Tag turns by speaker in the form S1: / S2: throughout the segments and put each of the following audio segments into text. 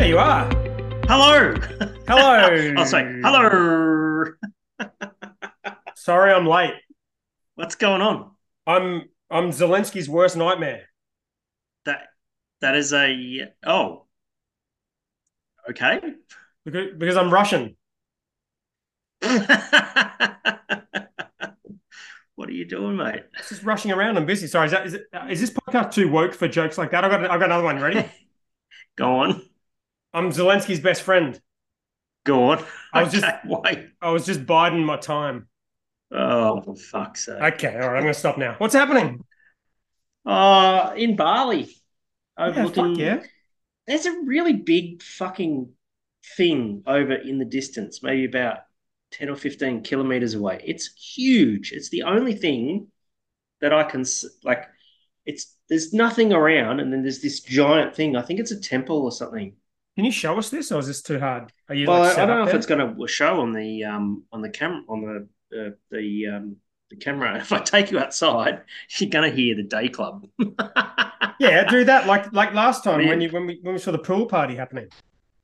S1: you are.
S2: Hello.
S1: Hello.
S2: I'll say Oh, hello.
S1: Sorry, I'm late.
S2: What's going on?
S1: I'm I'm Zelensky's worst nightmare.
S2: That that is a oh. Okay.
S1: Because, because I'm Russian.
S2: what are you doing, mate?
S1: It's just rushing around. I'm busy. Sorry, is, that, is, it, is this podcast too woke for jokes like that? I've got, I've got another one. Ready?
S2: Go on.
S1: I'm Zelensky's best friend.
S2: Go on.
S1: I was just-
S2: Okay, wait.
S1: I was just biding my time.
S2: Oh for fuck's sake.
S1: Okay, all right, I'm going to stop now. What's happening?
S2: Uh in Bali.
S1: Yeah,
S2: Overlooking
S1: fuck yeah.
S2: there's a really big fucking thing over in the distance, maybe about 10 or 15 kilometers away. It's huge. It's the only thing that I can s- like it's there's nothing around and then there's this giant thing. I think it's a temple or something.
S1: Can you show us this or is this too hard? Are you
S2: Well,
S1: like,
S2: I
S1: set
S2: I don't know
S1: up
S2: if
S1: there?
S2: it's going to show on the um on the camera on the uh, the um the camera. If I take you outside, you're going to hear the day club.
S1: Yeah, do that like like last time
S2: Yeah.
S1: when you when we when we saw the pool party happening.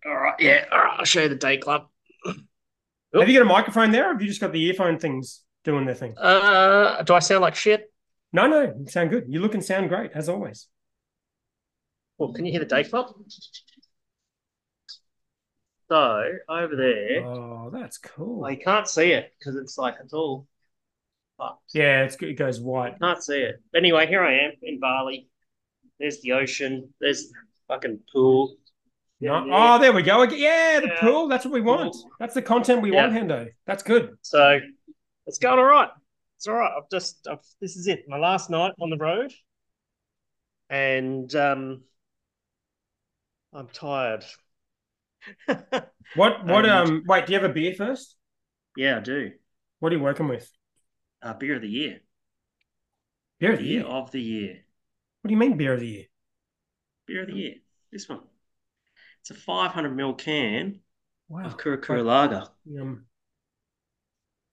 S2: All right, yeah. All right, I'll show you the day club. Oh.
S1: Have you got a microphone there or have you just got the earphone things doing their thing?
S2: Uh, do I sound like shit?
S1: No, no, you sound good. You look and sound great as always.
S2: Well, can you hear the day club? So over there,
S1: Oh, that's cool.
S2: well, you can't see it because it's like it's all fucked.
S1: yeah, it's good. It goes white.
S2: Can't see it. But anyway, here I am in Bali. There's the ocean. There's the fucking pool.
S1: No-
S2: Yeah.
S1: Oh, there we go. again. Yeah, the
S2: Yeah.
S1: pool. That's what we want. That's the content we
S2: Yeah.
S1: want, Hendo. That's good.
S2: So it's going all right. It's all right. I've just I've, this is it. My last night on the road, and um, I'm tired.
S1: What what
S2: Um,
S1: um wait, do you have a beer first?
S2: yeah, I do.
S1: What are you working with?
S2: Uh, beer of the year.
S1: Beer of the
S2: Beer
S1: year.
S2: of the year.
S1: What do you mean beer of the year?
S2: Beer of the year. This one. It's a 500 ml can
S1: Wow.
S2: of Kurukura Lager.
S1: Um,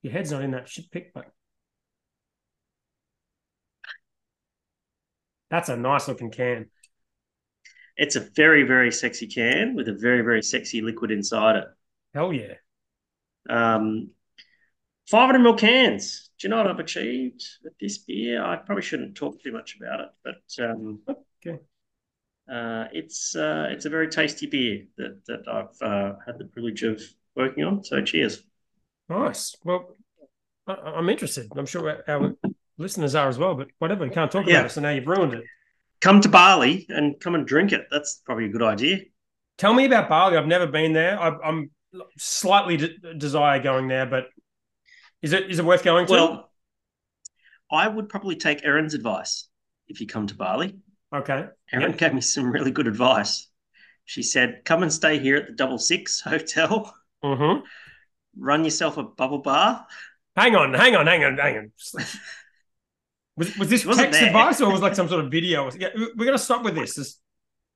S1: your head's not in that shit pick, but that's a nice looking can.
S2: It's a very, very sexy can with a very, very sexy liquid inside it.
S1: Hell yeah.
S2: Um, 500 ml cans. Do you know what I've achieved with this beer? I probably shouldn't talk too much about it, but um,
S1: Okay.
S2: uh, it's uh, it's a very tasty beer that that I've uh, had the privilege of working on. So cheers.
S1: Nice. Well, I, I'm interested. I'm sure our listeners are as well, but whatever. You can't talk
S2: Yeah.
S1: about it. So now you've ruined it.
S2: Come to Bali and come and drink it. That's probably a good idea.
S1: Tell me about Bali. I've never been there. I, I'm slightly de- desire going there, but is it is it worth going to?
S2: Well, I would probably take Erin's advice if you come to Bali.
S1: okay.
S2: Erin
S1: Yep.
S2: gave me some really good advice. She said, "Come and stay here at the Double Six Hotel."
S1: Mm-hmm.
S2: run yourself a bubble bath.
S1: Hang on, hang on, hang on, hang on. Was, was this
S2: She wasn't
S1: text
S2: there.
S1: advice or was it like some sort of video? Yeah, we're gonna stop with this. This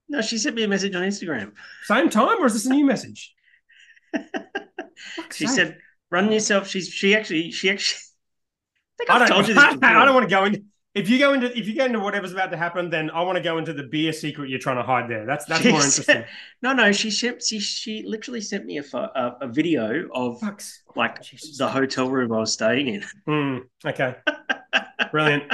S2: No, she sent me a message on Instagram.
S1: same time, or is this a new message? Fuck's
S2: She
S1: sake.
S2: said, "Run yourself." She's she actually she actually. I think
S1: I
S2: I've
S1: don't,
S2: told you this before.
S1: I don't want to go into. If you go into if you go into whatever's about to happen, then I want to go into the beer secret you're trying to hide there. That's that's
S2: She
S1: more
S2: said-
S1: interesting.
S2: No, no, she sent she she literally sent me a pho- a, a video of
S1: Fucks.
S2: like
S1: Jesus.
S2: the hotel room I was staying in,
S1: Hmm, okay. Brilliant.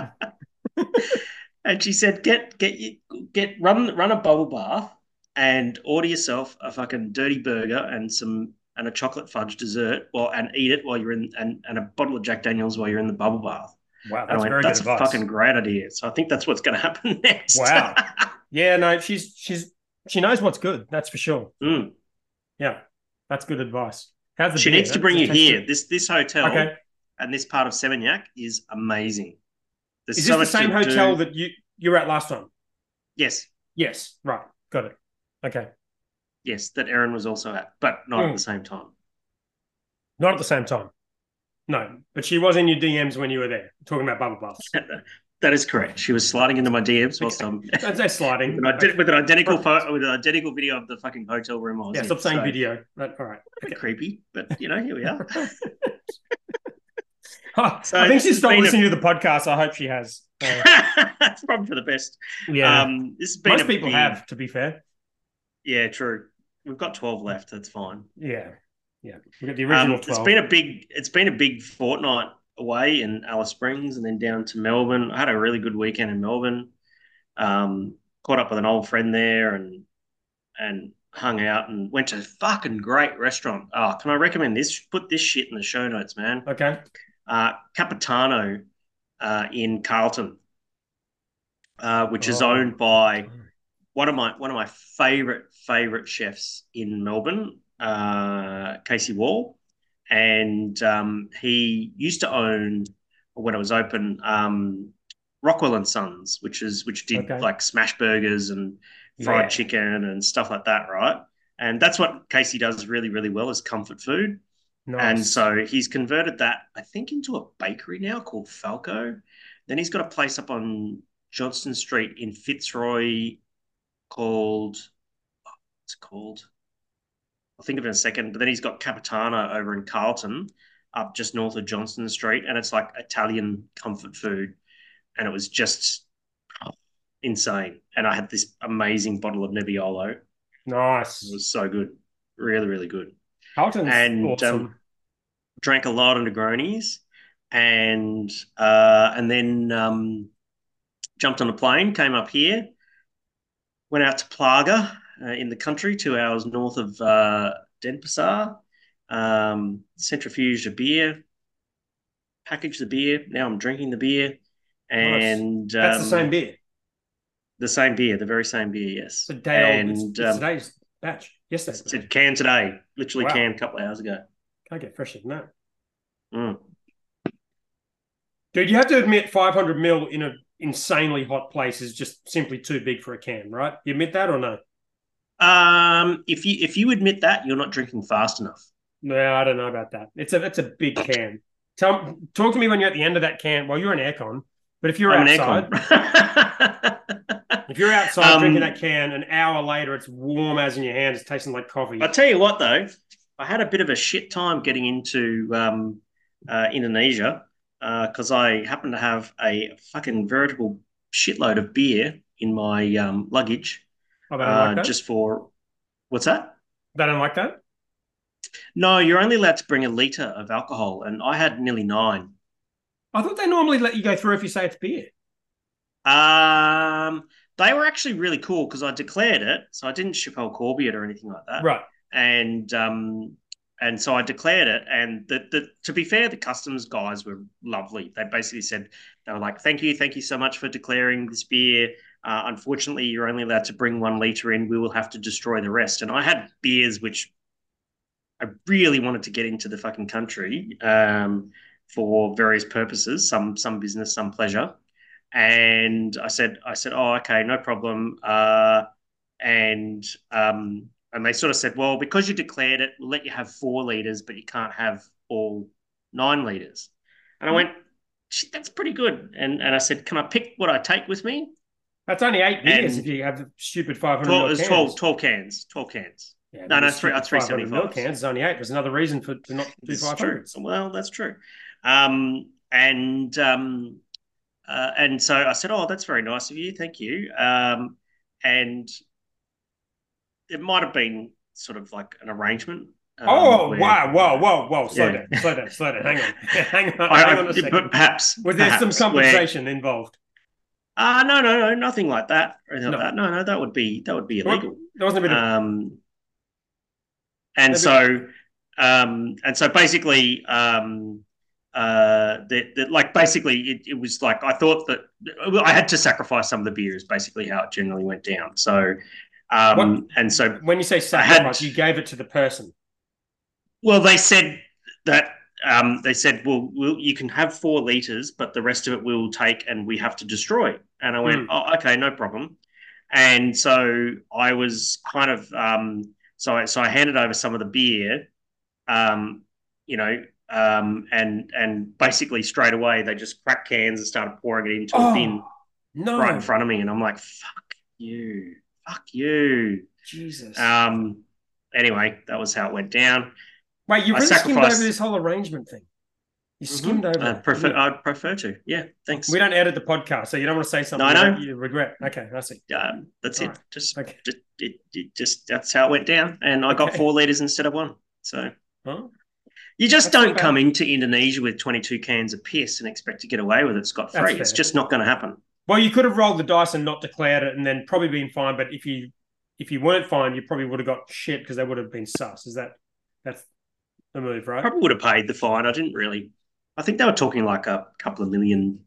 S2: and she said, "Get get you get run run a bubble bath and order yourself a fucking dirty burger and some." And a chocolate fudge dessert, while and eat it while you're in, and, and a bottle of Jack Daniels while you're in the bubble bath.
S1: Wow,
S2: And I
S1: that's
S2: went,
S1: very
S2: that's
S1: good
S2: a
S1: advice.
S2: fucking great idea. So I think that's what's going to happen next.
S1: Wow. Yeah, no, she's she's she knows what's good. That's for sure.
S2: Mm.
S1: Yeah, that's good advice. How's the
S2: She
S1: beer?
S2: needs to
S1: That's
S2: bring
S1: a
S2: you
S1: tasty-
S2: here. This this hotel
S1: Okay,
S2: and this part of Seminyak is amazing. There's
S1: is
S2: so
S1: this the
S2: much
S1: same
S2: to
S1: hotel
S2: do.
S1: that you you were at last time?
S2: Yes,
S1: Yes, right, got it. Okay,
S2: yes, that Erin was also at, but not at
S1: Mm.
S2: the same time.
S1: not at the same time. No, but she was in your DMs when you were there talking about bubble baths.
S2: that is correct. She was sliding into my DMs whilst I'm
S1: Don't say sliding.
S2: with an, ident- with an identical photo, with an identical video of the fucking hotel room I was
S1: yeah,
S2: in.
S1: stop saying
S2: So,
S1: video. Right, all right.
S2: a bit Creepy, but you know here we are.
S1: Huh,
S2: So
S1: I think
S2: this
S1: she
S2: has
S1: stopped
S2: been a-
S1: listening to the podcast. I hope she has. Uh,
S2: That's probably for the best.
S1: yeah,
S2: Um, this has been
S1: most
S2: a
S1: people
S2: big-
S1: have. To be fair,
S2: Yeah, true. We've got twelve left. That's fine.
S1: Yeah, yeah. We got the original
S2: Um, it's
S1: twelve.
S2: been a big. It's been a big fortnight away in Alice Springs, and then down to Melbourne. I had a really good weekend in Melbourne. Um, caught up with an old friend there, and and hung out, and went to a fucking great restaurant. Oh, can I recommend this? Put this shit in the show notes, man.
S1: okay.
S2: Uh, Capitano uh, in Carlton, uh, which is
S1: Oh.
S2: owned by one of my one of my favorite favorite chefs in Melbourne, uh, Casey Wall, and um, he used to own when it was open um, Rockwell and Sons, which is which did
S1: Okay.
S2: like smash burgers and fried
S1: Yeah.
S2: chicken and stuff like that, right? And that's what Casey does really really well is comfort food.
S1: Nice.
S2: And so he's converted that, I think, into a bakery now called Falco. Then he's got a place up on Johnston Street in Fitzroy called, what's it called? I'll think of it in a second. But then he's got Capitano over in Carlton, up just north of Johnston Street. And it's like Italian comfort food. And it was just insane. And I had this amazing bottle of Nebbiolo. It
S1: nice.
S2: was so good. Really, really good
S1: Carlton's
S2: and,
S1: awesome.
S2: um, drank a lot of Negronis, and uh, and then um, jumped on a plane, came up here, went out to Plaga uh, in the country, two hours north of uh, Denpasar, um, centrifuged a beer, packaged the beer. Now I'm drinking the beer, and
S1: That's
S2: um,
S1: the same beer.
S2: the same beer, the very same beer. Yes,
S1: It's a day old.
S2: and
S1: It's, it's
S2: um,
S1: today's batch. Yesterday's
S2: it's- it's
S1: batch.
S2: canned today, literally
S1: Wow.
S2: canned a couple of hours ago.
S1: Can't get fresher than that.
S2: Mm.
S1: Dude, you have to admit 500 mil in an insanely hot place is just simply too big for a can, right? You admit that or no?
S2: Um, if you if you admit that, you're not drinking fast enough.
S1: No, I don't know about that. It's a it's a big can. Tell talk to me when you're at the end of that can. Well, you're an aircon, but if you're
S2: I'm
S1: outside,
S2: an aircon.
S1: if you're outside
S2: Um,
S1: drinking that can, an hour later it's warm as in your hand. It's tasting like coffee.
S2: I tell you what, though, I had a bit of a shit time getting into um, uh, Indonesia because I happened to have a fucking veritable shitload of beer in my um, luggage,
S1: Oh, they don't
S2: uh,
S1: like that.
S2: just for what's that?
S1: they don't like that.
S2: No, you're only allowed to bring a liter of alcohol, and I had nearly nine.
S1: I thought they normally let you go through if you say it's beer.
S2: Um, they were actually really cool because I declared it, so I didn't Chappelle Corby it or anything like that.
S1: Right.
S2: And um, and so I declared it. And the, the to be fair, the customs guys were lovely. They basically said they were like, "Thank you, thank you so much for declaring this beer. Uh, unfortunately, you're only allowed to bring one liter in. We will have to destroy the rest." And I had beers which I really wanted to get into the fucking country um, for various purposes, some some business, some pleasure and I said, I said, oh, okay, no problem. Uh, and um, and they sort of said, well, because you declared it, we'll let you have four liters, but you can't have all nine liters. And I went, Shit, that's pretty good. And and I said, can I pick what I take with me?
S1: That's only eight beers
S2: And-
S1: if you have the stupid 500
S2: Twelve, it
S1: mil
S2: was
S1: cans.
S2: 12, 12 cans, twelve cans.
S1: Yeah,
S2: no,
S1: but
S2: no,
S1: the
S2: three- uh,
S1: stupid 500 mil
S2: 375s.
S1: cans is only eight. There's another reason for to not do
S2: This is
S1: 500s.
S2: true. Well, that's true. Um, and um, uh, and so I said, "Oh, that's very nice of you. Thank you." Um, and it might have been sort of like an arrangement. um,
S1: Oh,
S2: where-
S1: wow, whoa, whoa, whoa. Slow
S2: Yeah.
S1: down, slow down, slow down. Hang on. hang on,
S2: I,
S1: hang on
S2: I-
S1: a second.
S2: but perhaps
S1: Was there some
S2: perhaps where-
S1: compensation involved?
S2: Ah, no, no, no, nothing like that. or anything like
S1: No.
S2: that. No, no, that would be that would be
S1: Well,
S2: illegal.
S1: There wasn't a bit of
S2: um, and
S1: Maybe-
S2: so um, and so basically um, uh, that, that like basically it, it was like I thought that I had to sacrifice some of the beers basically how it generally went down so um, and so
S1: when you say sacrifice, you gave it Uh, to the person.
S2: well they said that um, they said well we'll you can have four liters but the rest of it we'll take and we have to destroy and I went oh okay no problem and so I was kind of um, so I, so I handed over some of the beer, um, you know, um, and and basically straight away they just cracked cans and started pouring it into a bin
S1: Oh, no,
S2: right in front of me, and I'm like, fuck you, fuck you.
S1: Jesus.
S2: Um, anyway, that was how it went down.
S1: Wait, you
S2: I
S1: really skimmed over
S2: sacrificed-
S1: this whole arrangement thing. You skimmed over.
S2: I'd
S1: it,
S2: prefer,
S1: didn't you?
S2: I'd prefer to. Yeah, thanks.
S1: Mm-hmm. We don't edit the podcast, so you don't want to say something
S2: I know.
S1: that you regret. Okay, I see.
S2: um, that's it.
S1: Alright.
S2: Just,
S1: Okay.
S2: just, it, it just that's how it went down, and I got
S1: Okay.
S2: four liters instead of one. So
S1: Huh?
S2: you just
S1: That's not
S2: don't
S1: bad.
S2: come into Indonesia with twenty-two cans of piss and expect to get away with it scot free.
S1: That's
S2: It's
S1: fair.
S2: just not going to happen.
S1: Well, you could have rolled the dice and not declared it, and then probably been fined. But if you if you weren't fined, you probably would have got shit because they would have been sus. Is that that's the move,
S2: I
S1: right?
S2: probably would have paid the fine. I didn't really. I think they were talking like a couple of million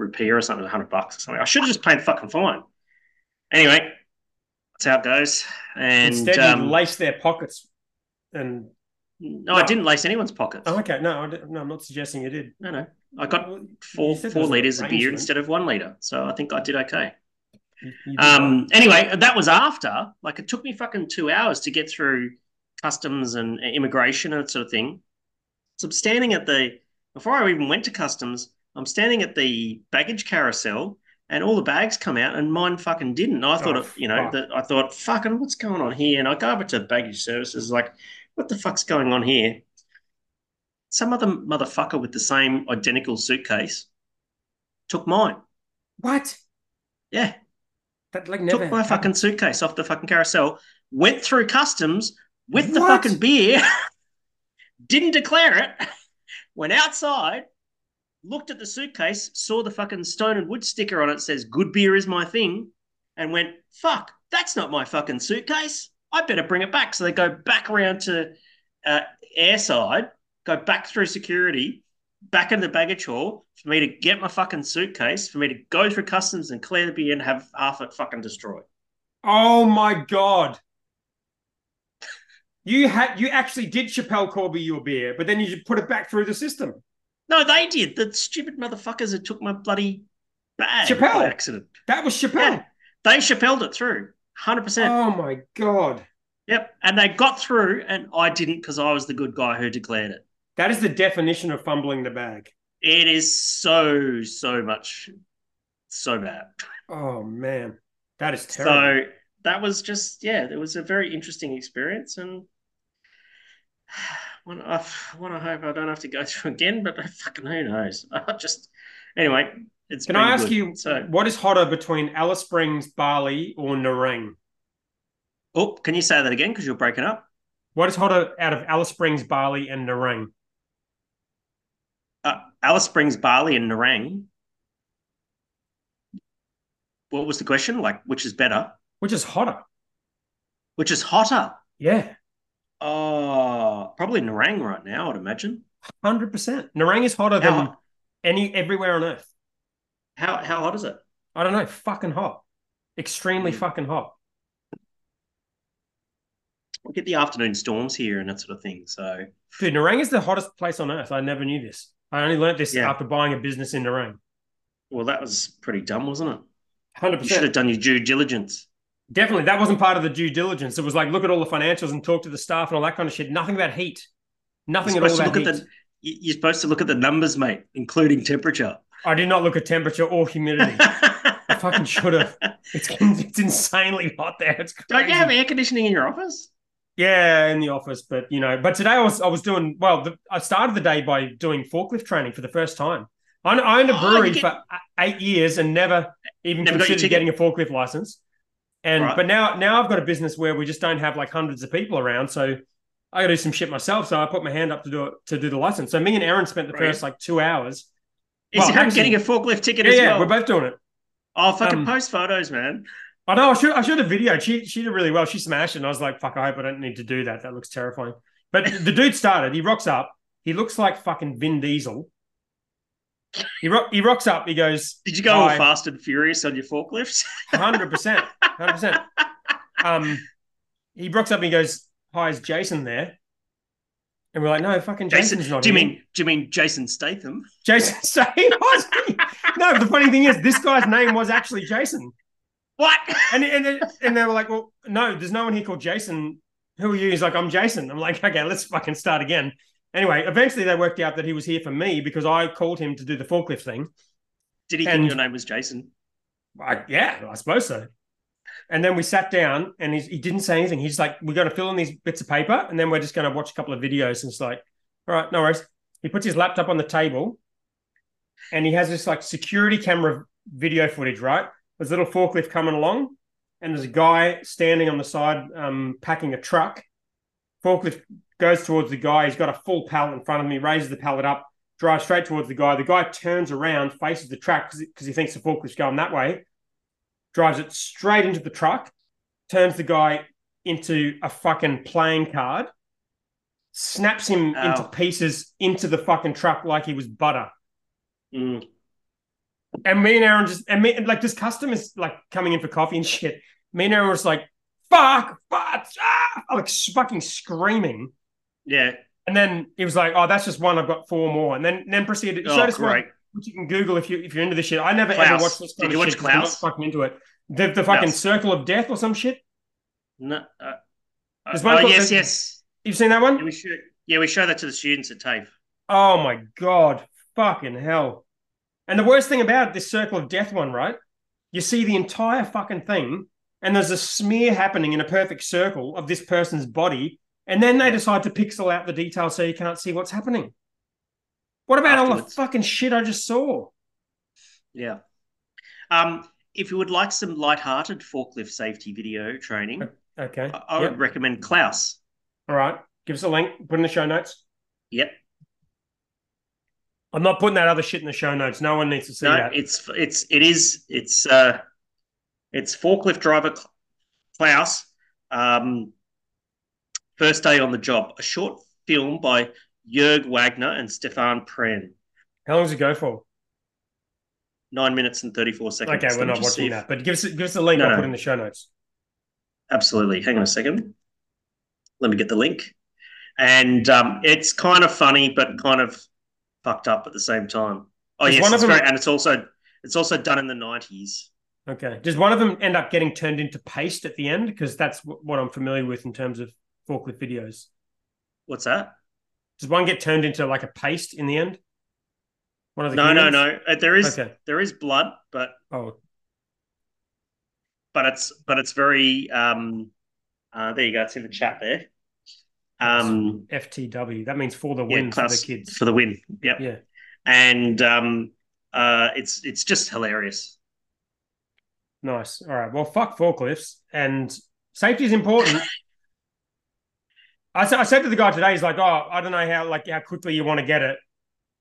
S2: rupiah or something, hundred bucks or something. I should have just paid the fucking fine. Anyway, that's how it goes. And
S1: Instead,
S2: um,
S1: you lace their pockets. And
S2: no, I
S1: No.
S2: didn't lace anyone's pockets.
S1: oh, okay, no, I didn't- no, I'm not suggesting you did.
S2: No, no, I got
S1: Well, you
S2: four
S1: said there
S2: four
S1: was an
S2: liters of beer
S1: arrangement.
S2: instead of one liter. So I think I did okay.
S1: You- you did well.
S2: Um, anyway, that was after. Like, it took me fucking two hours to get through customs and immigration and that sort of thing. So I'm standing at the before I even went to customs. I'm standing at the baggage carousel, and all the bags come out, and mine fucking didn't. And I thought,
S1: Oh,
S2: it- you know,
S1: fuck.
S2: that I thought, fucking, what's going on here? And I go over to baggage services, like, what the fuck's going on here? Some other motherfucker with the same identical suitcase took mine.
S1: what?
S2: Yeah
S1: That like never
S2: took my
S1: happened.
S2: fucking suitcase off the fucking carousel, went through customs with the
S1: What?
S2: fucking beer, didn't declare it, went outside, looked at the suitcase, saw the fucking stone and wood sticker on it says good beer is my thing, and went, fuck, that's not my fucking suitcase. I better bring it back. So they go back around to uh, airside, go back through security, back into the baggage hall for me to get my fucking suitcase, for me to go through customs and clear the beer and have half it fucking destroyed.
S1: Oh my god. You had you actually did Chappelle Corby your beer, but then you just put it back through the system.
S2: No, they did. The stupid motherfuckers that took my bloody bag
S1: Chappelle.
S2: by accident.
S1: That was
S2: Yeah,
S1: Chappelle.
S2: they chappelled it through, hundred percent.
S1: Oh my god.
S2: Yep, and they got through, and I didn't because I was the good guy who declared it.
S1: That is the definition of fumbling the bag.
S2: It is so so much, so bad.
S1: Oh man. That is terrible.
S2: So that was just yeah, it was a very interesting experience, and want I want to hope I don't have to go through again, but fucking who knows? I just anyway, it's
S1: Can
S2: been
S1: I ask
S2: good.
S1: you
S2: So
S1: what is hotter between Alice Springs, Bali, or Narang?
S2: oh, can you say that again? Because you're breaking up.
S1: What is hotter out of Alice Springs, Bali, and Narang?
S2: Uh, Alice Springs, Bali, and Narang. What was the question? Like, which is better?
S1: Which is hotter?
S2: Which is hotter?
S1: Yeah.
S2: Oh, probably Narang right now, I'd imagine.
S1: Hundred percent. Narang is hotter than
S2: How,
S1: any everywhere on earth.
S2: how, how hot is it?
S1: I don't know, fucking hot. Extremely
S2: Mm.
S1: fucking hot.
S2: We get the afternoon storms here and that sort of thing. So,
S1: Dude, Narang is the hottest place on earth. I never knew this. I only learnt this
S2: Yeah.
S1: after buying a business in Narang.
S2: well, that was pretty dumb, wasn't it?
S1: Hundred
S2: You should have
S1: percent.
S2: done your due diligence.
S1: Definitely, that wasn't part of the due diligence. It was like look at all the financials and talk to the staff and all that kind of shit. Nothing about heat. Nothing at
S2: You're
S1: all
S2: supposed to
S1: about
S2: look
S1: heat.
S2: at the you- you're supposed to look at the numbers, mate, including temperature.
S1: I did not look at temperature or humidity.
S2: I
S1: fucking should've. it's it's insanely hot there. It's crazy.
S2: Don't you have air conditioning in your office?
S1: Yeah, in the office, but you know, but today I was I was doing well. The, I started the day by doing forklift training for the first time. I, I owned a
S2: Oh,
S1: brewery
S2: you get-
S1: for a- eight years and never even
S2: Never got your
S1: considered getting
S2: ticket.
S1: a forklift license. And
S2: Right.
S1: but now now I've got a business where we just don't have like hundreds of people around, so I got to do some shit myself. So I put my hand up to do it to do the license. So me and Aaron spent the
S2: Brilliant.
S1: first like two hours.
S2: Is
S1: Well,
S2: well,
S1: actually-
S2: getting a forklift ticket
S1: Yeah,
S2: as
S1: yeah,
S2: well?
S1: we're both doing it.
S2: oh, fucking
S1: um,
S2: post photos, man.
S1: I know I should I should have videoed. She she did really well. She smashed it and I was like, fuck, I hope I don't need to do that. That looks terrifying. But the dude started, he rocks up. He looks like fucking Vin Diesel. He rock, he rocks up, he goes,
S2: Did you go all
S1: Hi.
S2: fast and furious on your forklifts?
S1: hundred percent. Hundred percent. Um he rocks up and he goes, Hi, is Jason there? And we're like, no, fucking
S2: Jason,
S1: Jason's not
S2: do you
S1: here.
S2: mean do you mean Jason Statham?
S1: Jason so he was No, but the funny thing is this guy's name was actually Jason.
S2: What?
S1: and and they- and they were like, "Well, no, there's no one here called Jason. Who are you?" He's like, "I'm Jason." I'm like, "Okay, let's fucking start again." Anyway, eventually they worked out that he was here for me because I called him to do the forklift thing.
S2: Did he
S1: And-
S2: think your name was Jason?
S1: I, yeah, I suppose so. And then we sat down, and he's, he didn't say anything. He's like, "We're going to fill in these bits of paper, and then we're just going to watch a couple of videos." And it's like, "All right, no worries." He puts his laptop on the table, and he has this like security camera video footage. Right, there's a little forklift coming along, and there's a guy standing on the side um, packing a truck. Forklift goes towards the guy. He's got a full pallet in front of me. Raises the pallet up, drives straight towards the guy. The guy turns around, faces the truck because he thinks the forklift's going that way. Drives it straight into the truck, turns the guy into a fucking playing card, snaps him
S2: Ow.
S1: into pieces into the fucking truck like he was butter.
S2: Mm.
S1: And me and Aaron just and me and like this customers like coming in for coffee and shit. Me and Aaron was like, fuck, fuck, ah! like fucking screaming.
S2: Yeah.
S1: And then he was like, "Oh, that's just one. I've got four more." And then then proceeded. He
S2: Oh,
S1: showed us one
S2: great.
S1: which you can Google if you if you're into this shit. I never ever
S2: Klaus.
S1: watched this. Kind
S2: Did you
S1: of
S2: watch
S1: shit 'cause I'm
S2: Klaus?
S1: not fucking into it. The the fucking
S2: No.
S1: circle of death or some shit.
S2: No. Uh,
S1: There's one
S2: oh,
S1: called-
S2: yes, yes.
S1: You've seen that
S2: Yeah,
S1: one?
S2: we show. Yeah, we show that to the students at TAFE.
S1: Oh my god, fucking hell! And the worst thing about this circle of death one, right? You see the entire fucking thing, and there's a smear happening in a perfect circle of this person's body, and then they decide to pixel out the details so you can't see what's happening. What about all the
S2: Afterwards.
S1: fucking shit I just saw?
S2: Yeah. Um, if you would like some light-hearted forklift safety video training,
S1: Uh, Okay.
S2: I, I
S1: Yep.
S2: would recommend Klaus.
S1: All right. Give us a link. Put in the show notes.
S2: Yep.
S1: I'm not putting that other shit in the show notes. No one needs to see
S2: no,
S1: that.
S2: it's it's it is it's uh it's forklift driver Cl- Klaus. Um, first day on the job, a short film by Jörg Wagner and Stefan Pren.
S1: How long does it go for?
S2: Nine minutes and thirty-four seconds.
S1: Okay, we're
S2: Let me
S1: not
S2: just see
S1: watching
S2: if-
S1: that. But give us give us a link.
S2: No,
S1: I'll
S2: no.
S1: put in the show notes.
S2: Absolutely. Hang on a second. Let me get the link. And um, it's kind of funny, but kind of fucked up at the same time. Oh
S1: Is
S2: yes,
S1: one of
S2: it's
S1: them-
S2: great, and it's also it's also done in the nineties.
S1: Okay. Does one of them end up getting turned into paste at the end? Because that's wh- what I'm familiar with in terms of forklift videos.
S2: What's that?
S1: Does one get turned into like a paste in the end? One of the
S2: No, no,
S1: humans?
S2: no. Uh, There is
S1: Okay.
S2: there is blood, but
S1: Oh,
S2: but it's but it's very um uh, there you go. It's in the chat there. Um,
S1: FTW. That means for the
S2: yeah,
S1: win for the
S2: class-
S1: kids.
S2: for the win. Yep.
S1: Yeah.
S2: And um, uh, it's it's just hilarious.
S1: Nice. All right. Well, fuck forklifts and safety is important. I, sa- I said to the guy today, he's like, oh, I don't know how like how quickly you want to get it,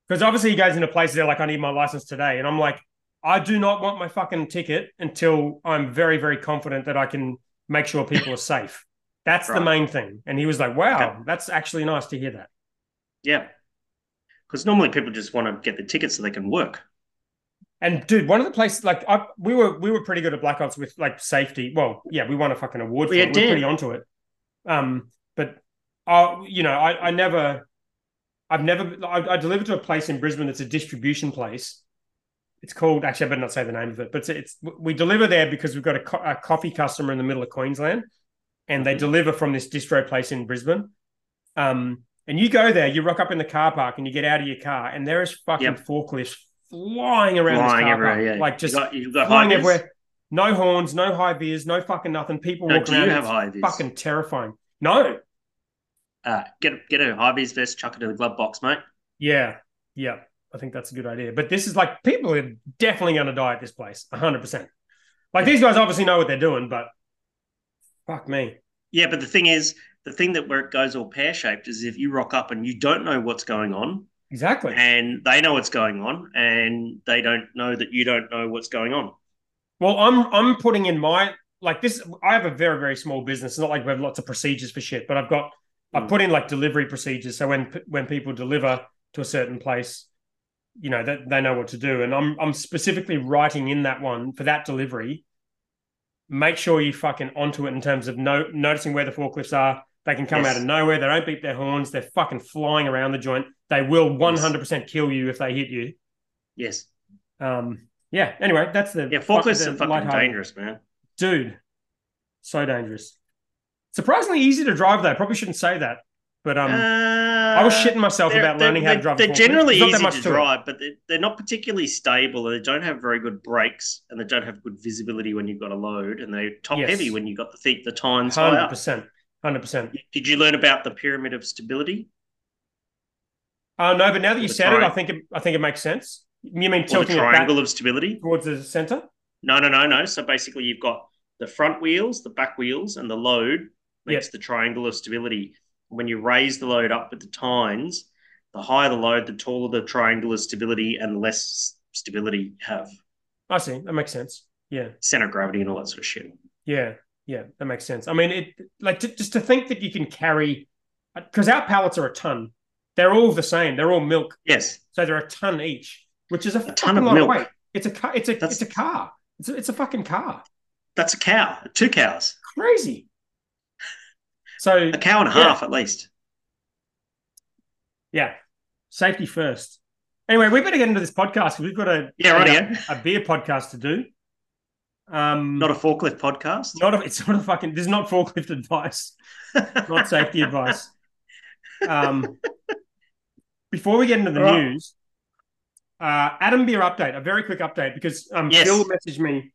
S1: because obviously he goes into places they're like, I need my license today, and I'm like, I do not want my fucking ticket until I'm very very confident that I can make sure people are safe. That's the
S2: Right.
S1: main thing. And he was like, wow,
S2: Okay.
S1: that's actually nice to hear that.
S2: Yeah. Because normally people just want to get the ticket so they can work.
S1: And dude, one of the places like I, we were we were pretty good at Black Ops with like safety. Well, yeah, we won a fucking award for
S2: We
S1: it. We
S2: did.
S1: We're pretty onto it. Um, but I, you know, I, I never, I've never, I, I delivered to a place in Brisbane that's a distribution place. It's called actually, I better not say the name of it, but it's, it's we deliver there because we've got a, co- a coffee customer in the middle of Queensland, and they
S2: Mhm.
S1: deliver from this distro place in Brisbane. Um, and you go there, you rock up in the car park, and you get out of your car, and there is fucking
S2: Yep.
S1: forklifts flying around this
S2: Flying
S1: car
S2: everywhere,
S1: park,
S2: yeah.
S1: like just
S2: you got, you've got
S1: flying
S2: high vis?
S1: everywhere. No horns, no high beers, no fucking nothing. People
S2: No,
S1: walking
S2: do you
S1: around.
S2: have
S1: it's
S2: high vis?
S1: fucking terrifying. No.
S2: Uh, get get a high vis vest, chuck it in the glove box, mate.
S1: Yeah. Yeah. I think that's a good idea. But this is like people are definitely going to die at this place. 100%. Like these guys obviously know what they're doing, but fuck me.
S2: Yeah, but the thing is, the thing that where it goes all pear shaped is if you rock up and you don't know what's going on,
S1: Exactly.
S2: and they know what's going on, and they don't know that you don't know what's going on.
S1: Well, I'm I'm putting in my like this. I have a very very small business. It's not like we have lots of procedures for shit, but I've got I've
S2: Mm.
S1: put in like delivery procedures. So when when people deliver to a certain place, you know that they know what to do. And I'm I'm specifically writing in that one for that delivery. Make sure you fucking onto it in terms of no noticing where the forklifts are. They can come
S2: Yes.
S1: out of nowhere. They don't beep their horns. They're fucking flying around the joint. They will 100% kill you if they hit you.
S2: Yes.
S1: Um, yeah. Anyway, that's the
S2: Yeah, forklifts
S1: the
S2: are fucking
S1: lighthearted-
S2: dangerous, man.
S1: dude, so dangerous. Surprisingly easy to drive though. Probably shouldn't say that, but um, I was shitting myself about learning how to drive. a
S2: Uh, They're
S1: forklift.
S2: generally
S1: There's not that
S2: easy
S1: much
S2: to
S1: it.
S2: drive, but they're, they're not particularly stable. and They don't have very good brakes, and they don't have good visibility when you've got a load, and they're top
S1: Yes.
S2: heavy when you've got the thing, the tines high
S1: Hundred
S2: up.
S1: percent, hundred percent.
S2: Did you learn about the pyramid of stability?
S1: Uh, no, but now that you
S2: The
S1: said it, I
S2: tri-
S1: think it, I think it makes sense. You mean
S2: Or the
S1: tilting it back
S2: triangle of stability?
S1: towards the center?
S2: No, no, no, no. So basically, you've got the front wheels, the back wheels, and the load makes the triangle of stability. When you raise the load up with the tines, the higher the load, the taller the triangle of stability, and the less stability you have
S1: I see. That makes sense. Yeah.
S2: center of gravity and all that sort of shit.
S1: Yeah, yeah, that makes sense. I mean, it like to, just to think that you can carry because our pallets are a ton. They're all the same. They're all milk,
S2: Yes,
S1: so they're a ton each, which is a,
S2: ton of
S1: fucking lot
S2: milk.
S1: weight. It's a car. It's a
S2: That's-
S1: it's a car. It's a, it's a fucking car.
S2: that's a cow, two cows,
S1: Crazy. So
S2: a cow and a
S1: Yeah.
S2: half at least.
S1: yeah, safety first. Anyway, we better get into this podcast because we've got a
S2: Yeah, right. Yeah.
S1: a beer podcast to do. Um,
S2: Not a forklift podcast.
S1: not a, it's not a fucking. This is not forklift advice. not safety advice. Um, before we get into the
S2: All right.
S1: news, uh, Adam Beer update, a very quick update because um,
S2: Yes.
S1: Phil messaged me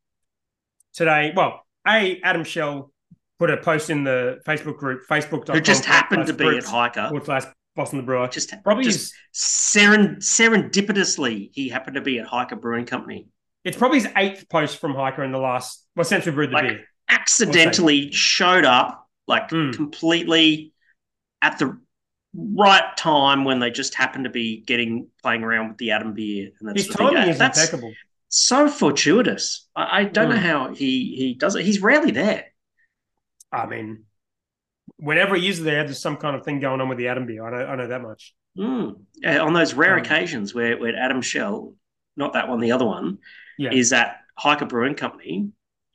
S1: today. Well, A, Adam Shell put a post in the Facebook group, facebook.com.
S2: Who just happened to be at
S1: high
S2: Hiker?
S1: Forward slash Boston the Brewer.
S2: Just
S1: Probably
S2: just-
S1: his,
S2: seren- serendipitously, he happened to be at Hiker Brewing Company.
S1: it's probably his eighth post from Hiker in the last, well, since we brewed the
S2: Like-
S1: beer.
S2: accidentally showed up like
S1: Mm.
S2: completely at the right time when they just happened to be getting playing around with the atom beer and that
S1: His
S2: sort of thing.
S1: timing
S2: Yeah,
S1: is
S2: That's
S1: impeccable.
S2: so fortuitous. I, I don't know
S1: Mm.
S2: how he he does it. He's rarely there.
S1: I mean, whenever he is there, there's some kind of thing going on with the Adam Beer. I know, I know that much. Hmm.
S2: Mm. Uh, on those rare
S1: Um.
S2: occasions where where Adam Shell, not that one, the other one,
S1: Yeah.
S2: is at Hiker Brewing Company.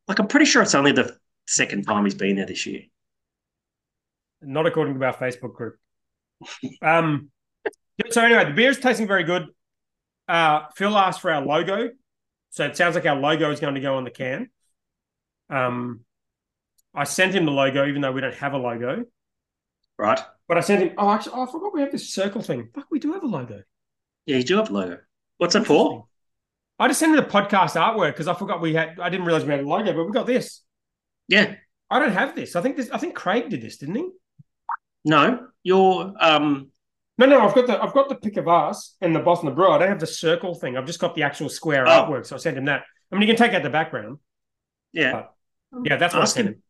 S2: Like I'm pretty sure it's only the second time he's been there this year.
S1: not according to our Facebook group. Um, so anyway, the beer is tasting very good. Uh, Phil asked for our logo, so it sounds like our logo is going to go on the can. Um, I sent him the logo, even though we don't have a logo.
S2: Right?
S1: But I sent him. Oh, actually, oh, I forgot we have this circle thing. Fuck, we do have a logo.
S2: Yeah, you do have a logo. What's it for?
S1: I just sent him the podcast artwork because I forgot we had. I didn't realize we had a logo, but we got this.
S2: Yeah.
S1: I don't have this. I think this. I think Craig did this, didn't he?
S2: No, you're um
S1: No, no, I've got the I've got the pick of us and the boss and the bro. I don't have the circle thing. I've just got the actual square
S2: Oh.
S1: artwork. So I sent him that. I mean, you can take out the background.
S2: yeah.
S1: Yeah, that's what I
S2: Ask
S1: sent
S2: him.
S1: him.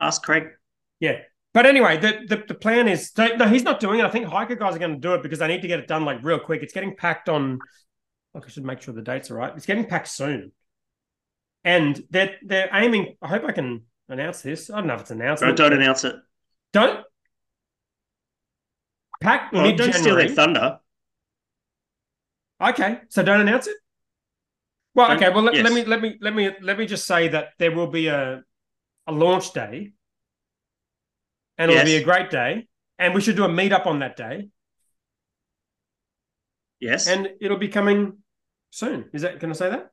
S2: Ask Craig.
S1: But anyway, the, the the plan is so, no, he's not doing it. I think hiker guys are going to do it because they need to get it done like real quick. It's getting packed on. Like I should make sure the dates are right. It's getting packed soon, and they're they're aiming. I hope I can announce this. I don't know if it's announced.
S2: Don't, don't announce it.
S1: Don't pack
S2: Well,
S1: mid
S2: Oh, don't steal their
S1: January.
S2: thunder.
S1: Okay, so don't announce it. Well,
S2: Don't-
S1: okay. Well, let,
S2: yes.
S1: let me let me let me let me just say that there will be a a launch day, and it'll be
S2: Yes.
S1: a great day, and we should do a meetup on that day,
S2: Yes.
S1: and it'll be coming soon. Is that? Can I say that?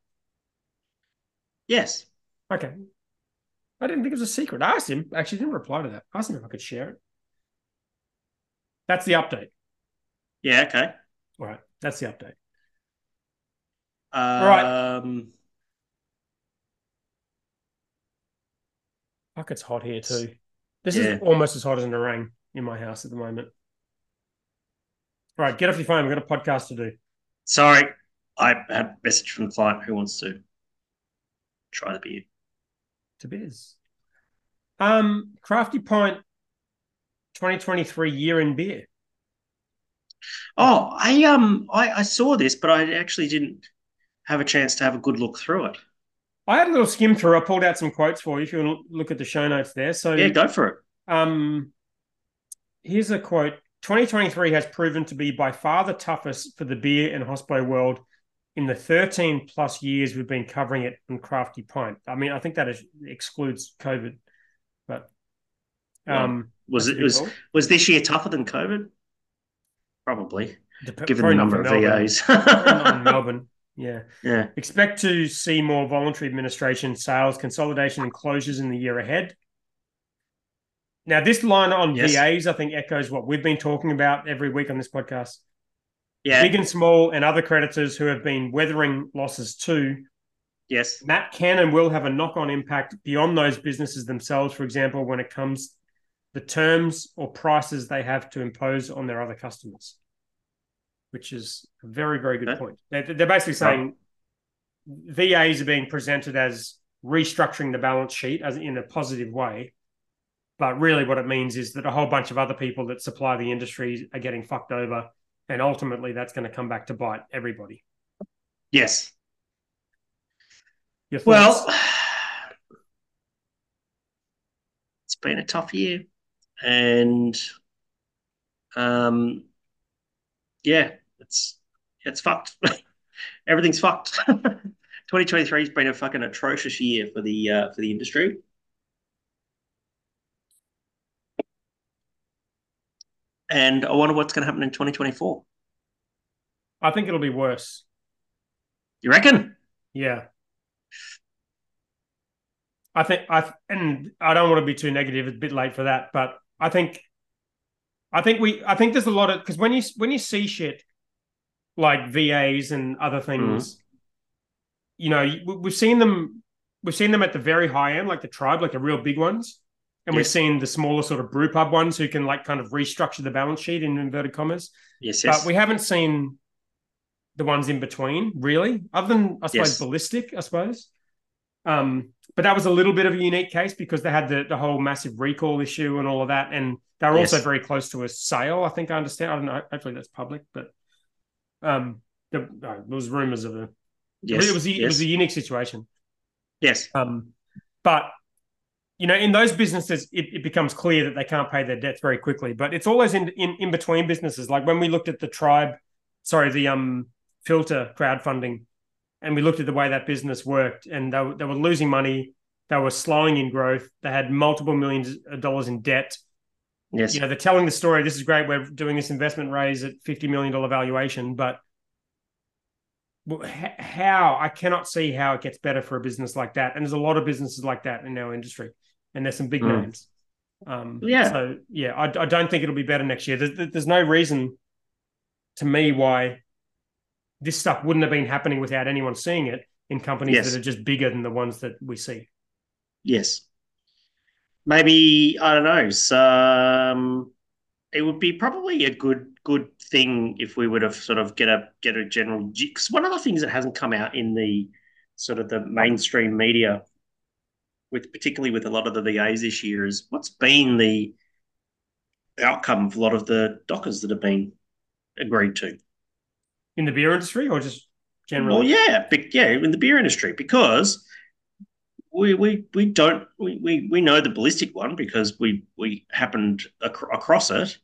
S2: yes.
S1: Okay. I didn't think it was a secret. I asked him. Actually, he didn't reply to that. I asked him if I could share it. That's the update.
S2: Yeah, okay.
S1: All right. That's the update.
S2: Um
S1: right. Fuck, it's hot here too. This
S2: Yeah.
S1: is almost as hot as an orang in my house at the moment. All right, get off your phone. We've got a podcast to do.
S2: sorry. I had a message from the client who wants to try the beer.
S1: To biz. Um, Crafty Pint 2023 year in beer.
S2: Oh, I um I, I saw this, but I actually didn't have a chance to have a good look through it.
S1: I had a little skim through. I pulled out some quotes for you if you want to look at the show notes there. So
S2: Yeah, go for it.
S1: Um, here's a quote 2023 has proven to be by far the toughest for the beer and hospo world in the 13 plus years we've been covering it on Crafty Pint. I mean, I think that is, excludes COVID, but um,
S2: Was it was was this year tougher than COVID? Probably,
S1: Dep-
S2: given
S1: probably not
S2: the number
S1: for
S2: of
S1: Melbourne.
S2: VAs.
S1: Probably not in Melbourne. Yeah.
S2: yeah.
S1: Expect to see more voluntary administration, sales, consolidation, and closures in the year ahead. Now, this line on
S2: Yes.
S1: VAs, I think, echoes what we've been talking about every week on this podcast.
S2: Yeah.
S1: Big and small, and other creditors who have been weathering losses too.
S2: Yes.
S1: That can and will have a knock on impact beyond those businesses themselves, for example, when it comes the terms or prices they have to impose on their other customers. which is a very, very good
S2: Okay.
S1: point. They're, they're basically saying VAs are being presented as restructuring the balance sheet as in a positive way. But really, what it means is that a whole bunch of other people that supply the industry are getting fucked over. And ultimately, that's going to come back to bite everybody.
S2: Yes.
S1: Your thoughts?
S2: Well, it's been a tough year, and um, yeah, it's it's fucked. Everything's fucked. 2023 has been a fucking atrocious year for the uh, for the industry. And I wonder what's going to happen in 2024.
S1: I think it'll be worse.
S2: You reckon?
S1: Yeah. I think I th- and I don't want to be too negative. It's a bit late for that, but I think, I think we, I think there's a lot of because when you when you see shit like VAs and other things, you know, you- we- we've seen them, we've seen them at the very high end, like the tribe, like the real big ones, and we've
S2: Yes.
S1: seen the smaller sort of brew pub ones who can like kind of restructure the balance sheet in inverted commas
S2: Yes,
S1: but
S2: yes.
S1: we haven't seen the ones in between really other than i suppose
S2: Yes.
S1: ballistic i suppose um but that was a little bit of a unique case because they had the, the whole massive recall issue and all of that and they were also
S2: Yes.
S1: very close to a sale i think i understand i don't know hopefully that's public but um there, no, there was rumors of a
S2: yes,
S1: it was a, it
S2: yes,
S1: was a unique situation
S2: yes.
S1: um, but you know, in those businesses, it, it becomes clear that they can't pay their debts very quickly. But it's always in, in in between businesses. Like when we looked at the tribe, sorry, the um filter crowdfunding, and we looked at the way that business worked, and they were, they were losing money, they were slowing in growth, they had multiple millions of dollars in debt.
S2: yes.
S1: You know, they're telling the story. This is great. We're doing this investment raise at fifty million dollar valuation, but well, h- how I cannot see how it gets better for a business like that. And there's a lot of businesses like that in our industry, and there's some big
S2: Mm.
S1: names. Um,
S2: Yeah.
S1: So yeah, I, I don't think it'll be better next year. There's, there's no reason to me why this stuff wouldn't have been happening without anyone seeing it in companies
S2: Yes.
S1: that are just bigger than the ones that we see.
S2: Yes. Maybe, I don't know, some it would be probably a good good thing if we were to sort of get a get a general because one of the things that hasn't come out in the sort of the mainstream media with particularly with a lot of the VAs this year is what's been the outcome of a lot of the dockers that have been agreed to.
S1: In the beer industry or just
S2: Well,
S1: generally?
S2: yeah, but yeah, in the beer industry because we we we don't we we, we know the ballistic one because we we happened ac- across it,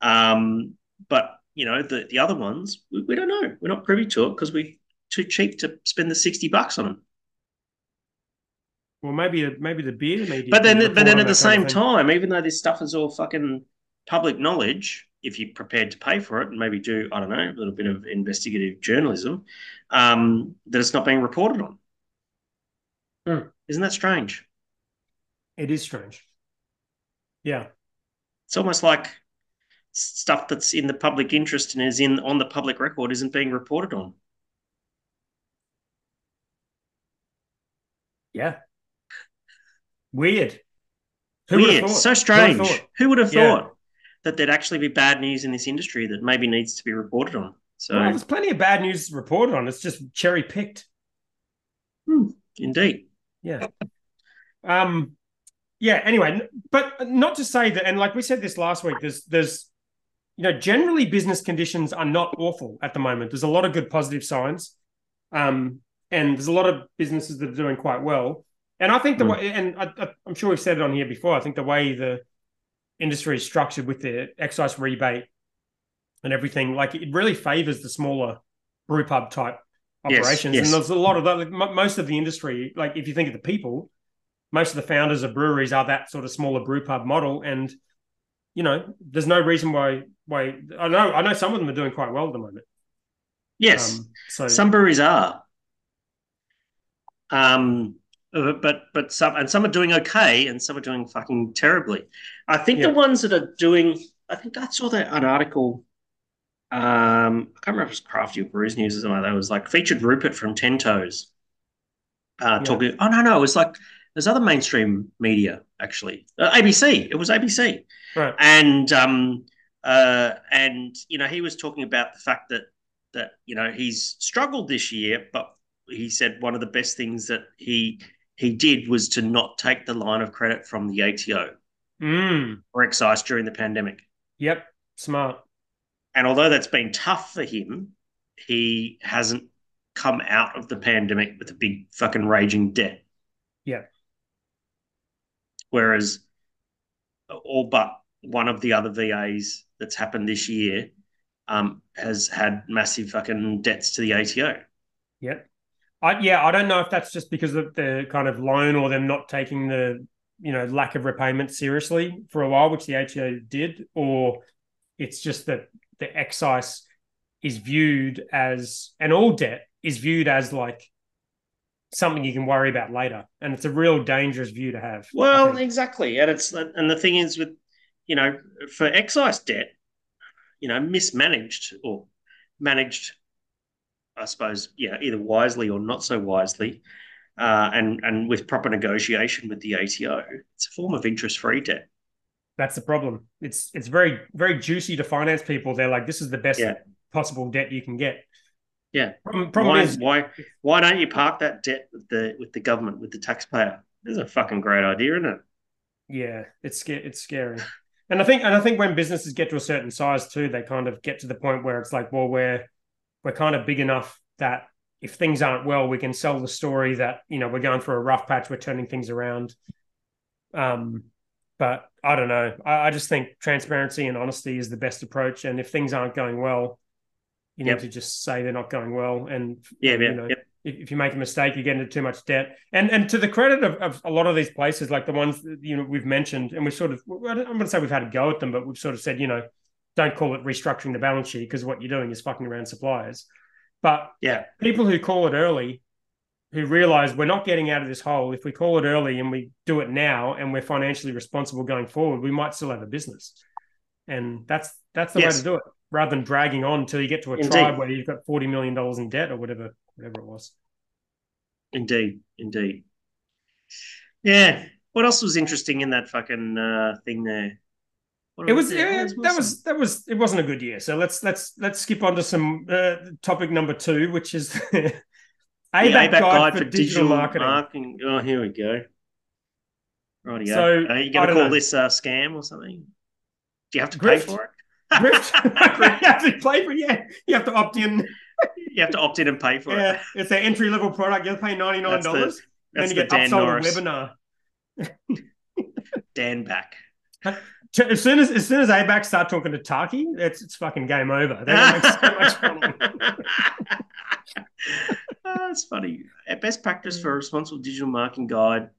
S2: um, but you know the the other ones we, we don't know. We're not privy to it because we too cheap to spend the sixty bucks on them.
S1: Well, maybe maybe the beer media. can
S2: But then but
S1: report
S2: then
S1: on
S2: at the
S1: that kind
S2: same
S1: of thing.
S2: time, even though this stuff is all fucking public knowledge, if you're prepared to pay for it and maybe do I don't know a little bit of investigative journalism, um, that it's not being reported on.
S1: Hmm.
S2: Isn't that strange?
S1: It is strange. Yeah.
S2: it's almost like s- stuff that's in the public interest and is in on the public record isn't being reported on.
S1: Yeah. Weird. would've
S2: Weird,
S1: thought?
S2: so
S1: Who would've
S2: strange.
S1: thought?
S2: Who would have
S1: Yeah.
S2: thought that there'd actually be bad news in this industry that maybe needs to be reported on? So,
S1: Well, there's plenty of bad news reported on. It's just cherry picked.
S2: indeed,
S1: Yeah. Um. Yeah. Anyway, n- but not to say that, and like we said this last week, there's there's you know generally business conditions are not awful at the moment. There's a lot of good positive signs, um, and there's a lot of businesses that are doing quite well. And I think the
S2: Mm.
S1: way, and I, I, I'm sure we've said it on here before. I think the way the industry is structured with the excise rebate and everything, like it really favors the smaller brew pub type
S2: Yes,
S1: operations.
S2: yes.
S1: And there's a lot of that. Like, mo- most of the industry, like if you think of the people, most of the founders of breweries are that sort of smaller brew pub model. And you know, there's no reason why why I know I know some of them are doing quite well at the moment.
S2: yes,
S1: Um, so
S2: some breweries are, um, uh, but but some and some are doing okay, and some are doing fucking terribly. I think the
S1: Yeah.
S2: ones that are doing, I think I saw that an article. Um, I can't remember if it was Crafty or Brews News or something like that. It was like featured Rupert from Ten Toes
S1: Yeah.
S2: uh, talking. Oh no, no, it was like there's other mainstream media actually. Uh, ABC. It was ABC,
S1: right.
S2: and um, Uh, and you know, he was talking about the fact that that you know he's struggled this year, but he said one of the best things that he he did was to not take the line of credit from the ATO
S1: Mm.
S2: or excise during the pandemic.
S1: Yep. Smart.
S2: And although that's been tough for him, he hasn't come out of the pandemic with a big fucking raging debt.
S1: Yeah.
S2: Whereas all but one of the other VAs that's happened this year um, has had massive fucking debts to the ATO.
S1: Yep. I, yeah, I don't know if that's just because of the kind of loan or them not taking the you know lack of repayment seriously for a while, which the ATO did, or it's just that the excise is viewed as and all debt is viewed as like something you can worry about later, and it's a real dangerous view to have. I
S2: Well,
S1: think.
S2: exactly, and it's and the thing is with you know for excise debt, you know mismanaged or managed, I suppose, yeah, either wisely or not so wisely, uh, and and with proper negotiation with the ATO, it's a form of interest-free debt.
S1: that's the problem. It's it's very very juicy to finance people. They're like, this is the best
S2: Yeah.
S1: possible debt you can get.
S2: Yeah.
S1: Problem, problem
S2: why,
S1: is
S2: why why don't you park that debt with the with the government with the taxpayer? This is a fucking great idea, isn't it?
S1: Yeah, it's sca- it's scary. And I think and I think when businesses get to a certain size too, they kind of get to the point where it's like, well, we're we're kind of big enough that if things aren't well, we can sell the story that, you know, we're going through a rough patch, we're turning things around. Um, but I don't know. I, I just think transparency and honesty is the best approach. And if things aren't going well, you need
S2: Yep.
S1: to just say they're not going well and
S2: Yeah,
S1: You
S2: yeah,
S1: know,
S2: yeah.
S1: if, if you make a mistake, you get into too much debt. And and to the credit of, of a lot of these places, like the ones that, you know we've mentioned, and we sort of I don't- I'm going to say we've had a go at them, but we've sort of said you know don't call it restructuring the balance sheet because what you're doing is fucking around suppliers. But
S2: Yeah.
S1: people who call it early, who realize we're not getting out of this hole, if we call it early and we do it now, and we're financially responsible going forward, we might still have a business. And that's that's the way
S2: Yes.
S1: to do it, rather than dragging on till you get to a
S2: Indeed.
S1: tribe where you've got forty million dollars in debt or whatever whatever it was.
S2: Indeed, indeed. Yeah. What else was interesting in that fucking uh, thing there? What
S1: It was
S2: there?
S1: yeah,
S2: Where's
S1: that
S2: Wilson?
S1: was that was it wasn't a good year. So let's let's let's skip on to some uh, topic number two, which is ABAC,
S2: Yeah,
S1: guide,
S2: ABAC
S1: for, digital, marketing.
S2: marketing. Oh, here we go. Right.
S1: So,
S2: are
S1: I
S2: you going to
S1: don't
S2: call
S1: know.
S2: this uh, scam or something? Do you have to
S1: Grift?
S2: pay for it?
S1: Grift- you have to play for yeah, you have to opt in.
S2: You have to opt in and pay for
S1: Yeah,
S2: it.
S1: it's an entry level product. You have to pay ninety nine
S2: That's the,
S1: dollars, and
S2: that's
S1: you
S2: the
S1: get
S2: Dan
S1: upsold
S2: Norris,
S1: a webinar.
S2: Dan back.
S1: Ch- As soon as as soon as ABAC start talking to Taki, it's it's fucking game over. They make so much money.
S2: Ah, That's funny. A best practice for a responsible digital marketing guide,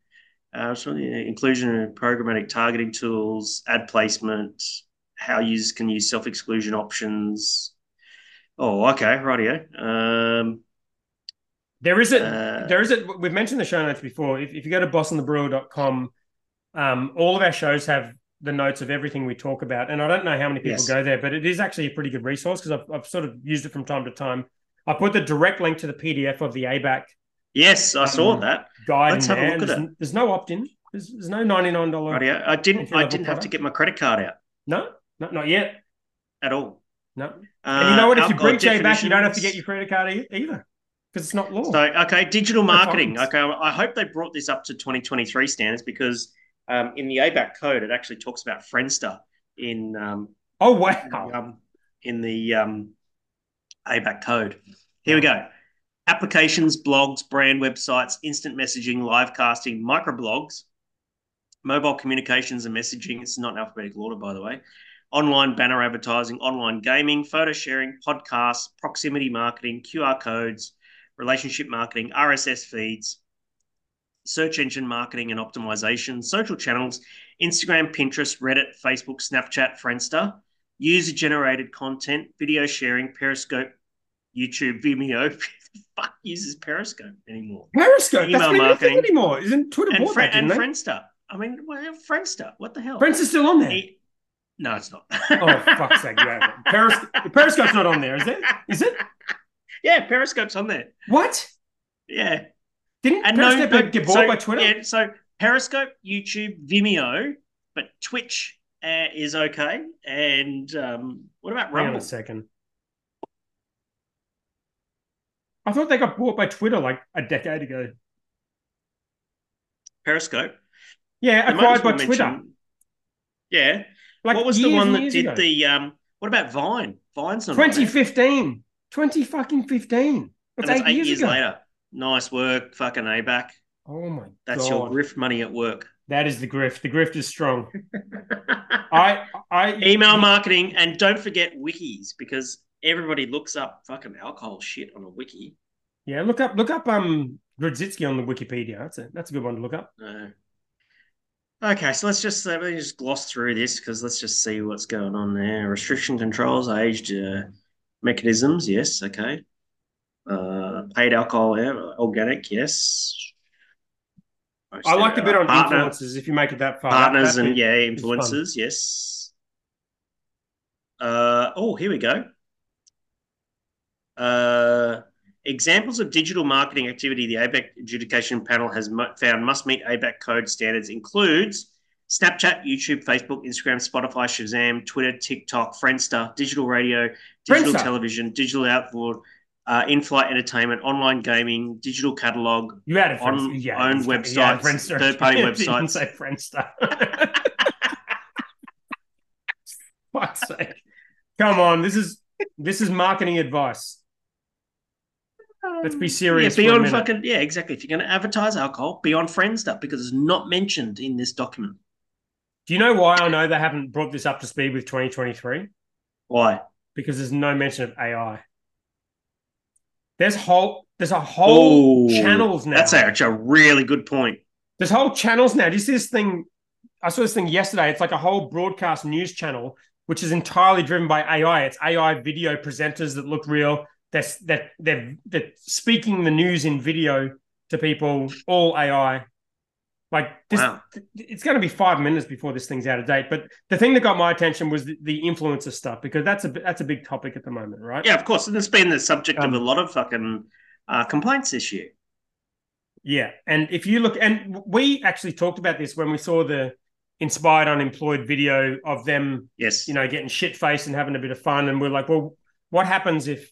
S2: uh, so, you know, inclusion of programmatic targeting tools, ad placement, how users can use self exclusion options. Oh, okay, rightio. Um,
S1: There is a
S2: uh,
S1: there is a we've mentioned the show notes before if, if you go to bossandthebrewer.com um all of our shows have the notes of everything we talk about and i don't know how many people
S2: Yes.
S1: go there but it is actually a pretty good resource because I've, I've sort of used it from time to time i put the direct link to the pdf of the abac
S2: yes, I saw
S1: Um,
S2: that.
S1: guide in
S2: Let's have a
S1: there
S2: look
S1: and
S2: at
S1: there's, there's no opt-in there's, there's no $99
S2: Rightio. I didn't. I
S1: entry-level
S2: didn't have to
S1: product.
S2: get my credit card out
S1: no no not yet
S2: at all.
S1: no
S2: Uh,
S1: and you know what if you breach abac you don't have to
S2: your
S1: get your credit card e- either because it's not law
S2: So okay, digital
S1: No
S2: marketing.
S1: fines.
S2: Okay, I hope they brought this up to 2023 standards because um, in the ABAC code, it actually talks about Friendster in um,
S1: oh
S2: in the,
S1: wow
S2: um, in the um, ABAC code. Here we go. Applications, blogs, brand websites, instant messaging, live casting, microblogs, mobile communications and messaging. It's not in alphabetical order, by the way. Online banner advertising, online gaming, photo sharing, podcasts, proximity marketing, QR codes, relationship marketing, RSS feeds, search engine marketing and optimization, social channels, Instagram, Pinterest, Reddit, Facebook, Snapchat, Friendster, user generated content, video sharing, Periscope, YouTube, Vimeo. Fuck uses Periscope anymore.
S1: periscope that's
S2: Email
S1: not even a thing
S2: marketing.
S1: anymore isn't twitter
S2: And,
S1: bought
S2: Fri-
S1: that didn't
S2: and
S1: they
S2: Friendster. I mean, well, Friendster. What the hell?
S1: Prince is still on there.
S2: He- no, it's not.
S1: Oh fuck's sake! Yeah, Periscope, Periscope's not on there, is it? Is it?
S2: Yeah, Periscope's on there.
S1: What?
S2: Yeah.
S1: Didn't
S2: And no,
S1: Periscope
S2: but-
S1: get bought
S2: so-
S1: by Twitter?
S2: Yeah, so Periscope, YouTube, Vimeo, but Twitch uh, is okay. And um, what about
S1: Hang on
S2: Rumble?
S1: a second. I thought they got bought by Twitter like a decade ago.
S2: Periscope.
S1: Yeah,
S2: We might as
S1: acquired by
S2: well
S1: Twitter.
S2: mention- Yeah.
S1: Like
S2: what was the
S1: years
S2: one
S1: and
S2: that
S1: years
S2: did
S1: ago.
S2: the? Um, what about Vine? Vine's not on there.
S1: 2015. 20 fucking 15. That's
S2: And that's
S1: eight, years, ago.
S2: later. Nice work, fucking ABAC.
S1: Oh my
S2: That's
S1: god.
S2: your grift money at work.
S1: That is the grift. The grift is strong. I I
S2: Email marketing and don't forget wikis because everybody looks up fucking alcohol shit on a wiki.
S1: Yeah, look up look up um Grodzitsky on the Wikipedia. That's a that's a good one to look up.
S2: No. Okay, so let's just let me just gloss through this because let's just see what's going on there. Restriction controls, aged uh, mechanisms, yes, okay. Uh, paid alcohol, yeah, organic, yes.
S1: I like the bit on
S2: Partner-
S1: influences if you make it that far.
S2: partners
S1: That- that
S2: and
S1: bit-
S2: yeah,
S1: fun.
S2: influencers, yes. Uh, oh, here we go. Uh, examples of digital marketing activity the ABAC adjudication panel has mu- found must meet ABAC code standards includes Snapchat, YouTube, Facebook, Instagram, Spotify, Shazam, Twitter, TikTok, Friendster, digital radio, digital
S1: Friendster.
S2: television, digital outboard, uh, in-flight entertainment, online gaming, digital catalog,
S1: You added
S2: on
S1: Friendster. You
S2: own
S1: added Friendster. You added
S2: websites, third-party
S1: You didn't
S2: websites.
S1: say Friendster. Fuck's sake. Come on, this is this is marketing advice. Let's be serious
S2: Um, Yeah, be
S1: for a
S2: on
S1: minute.
S2: fucking yeah, exactly. If you're going to advertise alcohol, be on Friendster because it's not mentioned in this document.
S1: Do you know why I know they haven't brought this up to speed with 2023?
S2: Why?
S1: Because there's no mention of AI. There's whole there's a whole
S2: Oh,
S1: channels now.
S2: That's actually a really good point.
S1: There's whole channels now. Do you see this thing? I saw this thing yesterday. It's like a whole broadcast news channel, which is entirely driven by AI. It's AI video presenters that look real. They're they're they're, they're speaking the news in video to people. All AI. Like this,
S2: wow.
S1: it's going to be five minutes before this thing's out of date. But the thing that got my attention was the, the influencer stuff because that's a that's a big topic at the moment, right?
S2: Yeah, of course. And it's been the subject
S1: Um,
S2: of a lot of fucking uh, complaints this year.
S1: Yeah, and if you look, and we actually talked about this when we saw the inspired unemployed video of them
S2: Yes.
S1: you know, getting shit faced and having a bit of fun. And we're like, well, what happens if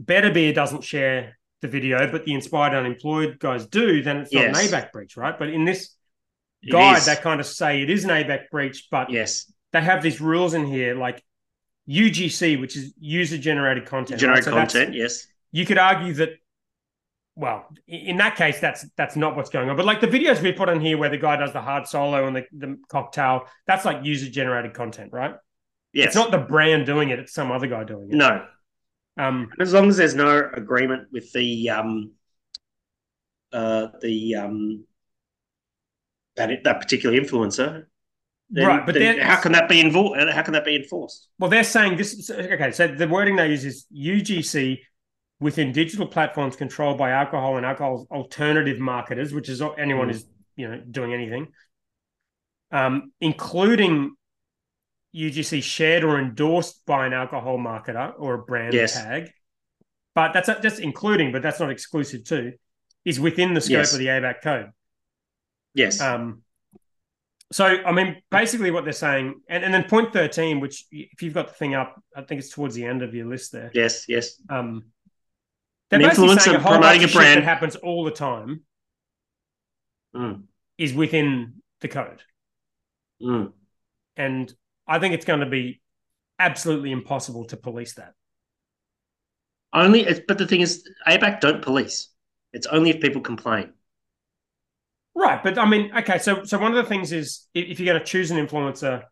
S1: Better Beer doesn't share the video, but the inspired unemployed guys do? Then it's not an
S2: Yes.
S1: ABAC breach, right? But in this
S2: It
S1: guide,
S2: is.
S1: they kind of say it is an ABAC breach, but
S2: yes.
S1: they have these rules in here like UGC, which is user generated content.
S2: Generate
S1: right? So that's-
S2: content. Yes.
S1: you could argue that well i- in that case that's that's not what's going on but like the videos we put on here where the guy does the hard solo and the, the cocktail that's like user generated content right
S2: Yes.
S1: it's not the brand doing it it's some other guy doing it
S2: no.
S1: um
S2: As long as there's no agreement with the um, uh, the um, that that particular influencer, then-
S1: right but
S2: then
S1: then
S2: how can that be involved? How can that be enforced?
S1: well they're saying this is- okay so the wording they use is ugc within digital platforms controlled by alcohol and alcohol alternative marketers which is anyone
S2: Mm.
S1: who's you know doing anything um including UGC shared or endorsed by an alcohol marketer or a brand
S2: Yes.
S1: tag, but that's not, that's including, but that's not exclusive to, is within the scope
S2: Yes.
S1: of the ABAC code.
S2: Yes.
S1: Um, so I mean, basically what they're saying, and, and then point thirteen, which y- if you've got the thing up, I think it's towards the end of your list there.
S2: yes. Yes.
S1: Um, they're
S2: An
S1: basically
S2: influencer
S1: saying a whole bunch
S2: promoting
S1: of
S2: a
S1: shit that
S2: brand.
S1: happens all the time
S2: Mm,
S1: is within the code,
S2: mm.
S1: and I think it's going to be absolutely impossible to police that.
S2: Only, it's, but the thing is, ABAC don't police. It's only if people complain.
S1: Right, but I mean, okay, so so one of the things is if, if you're going to choose an influencer,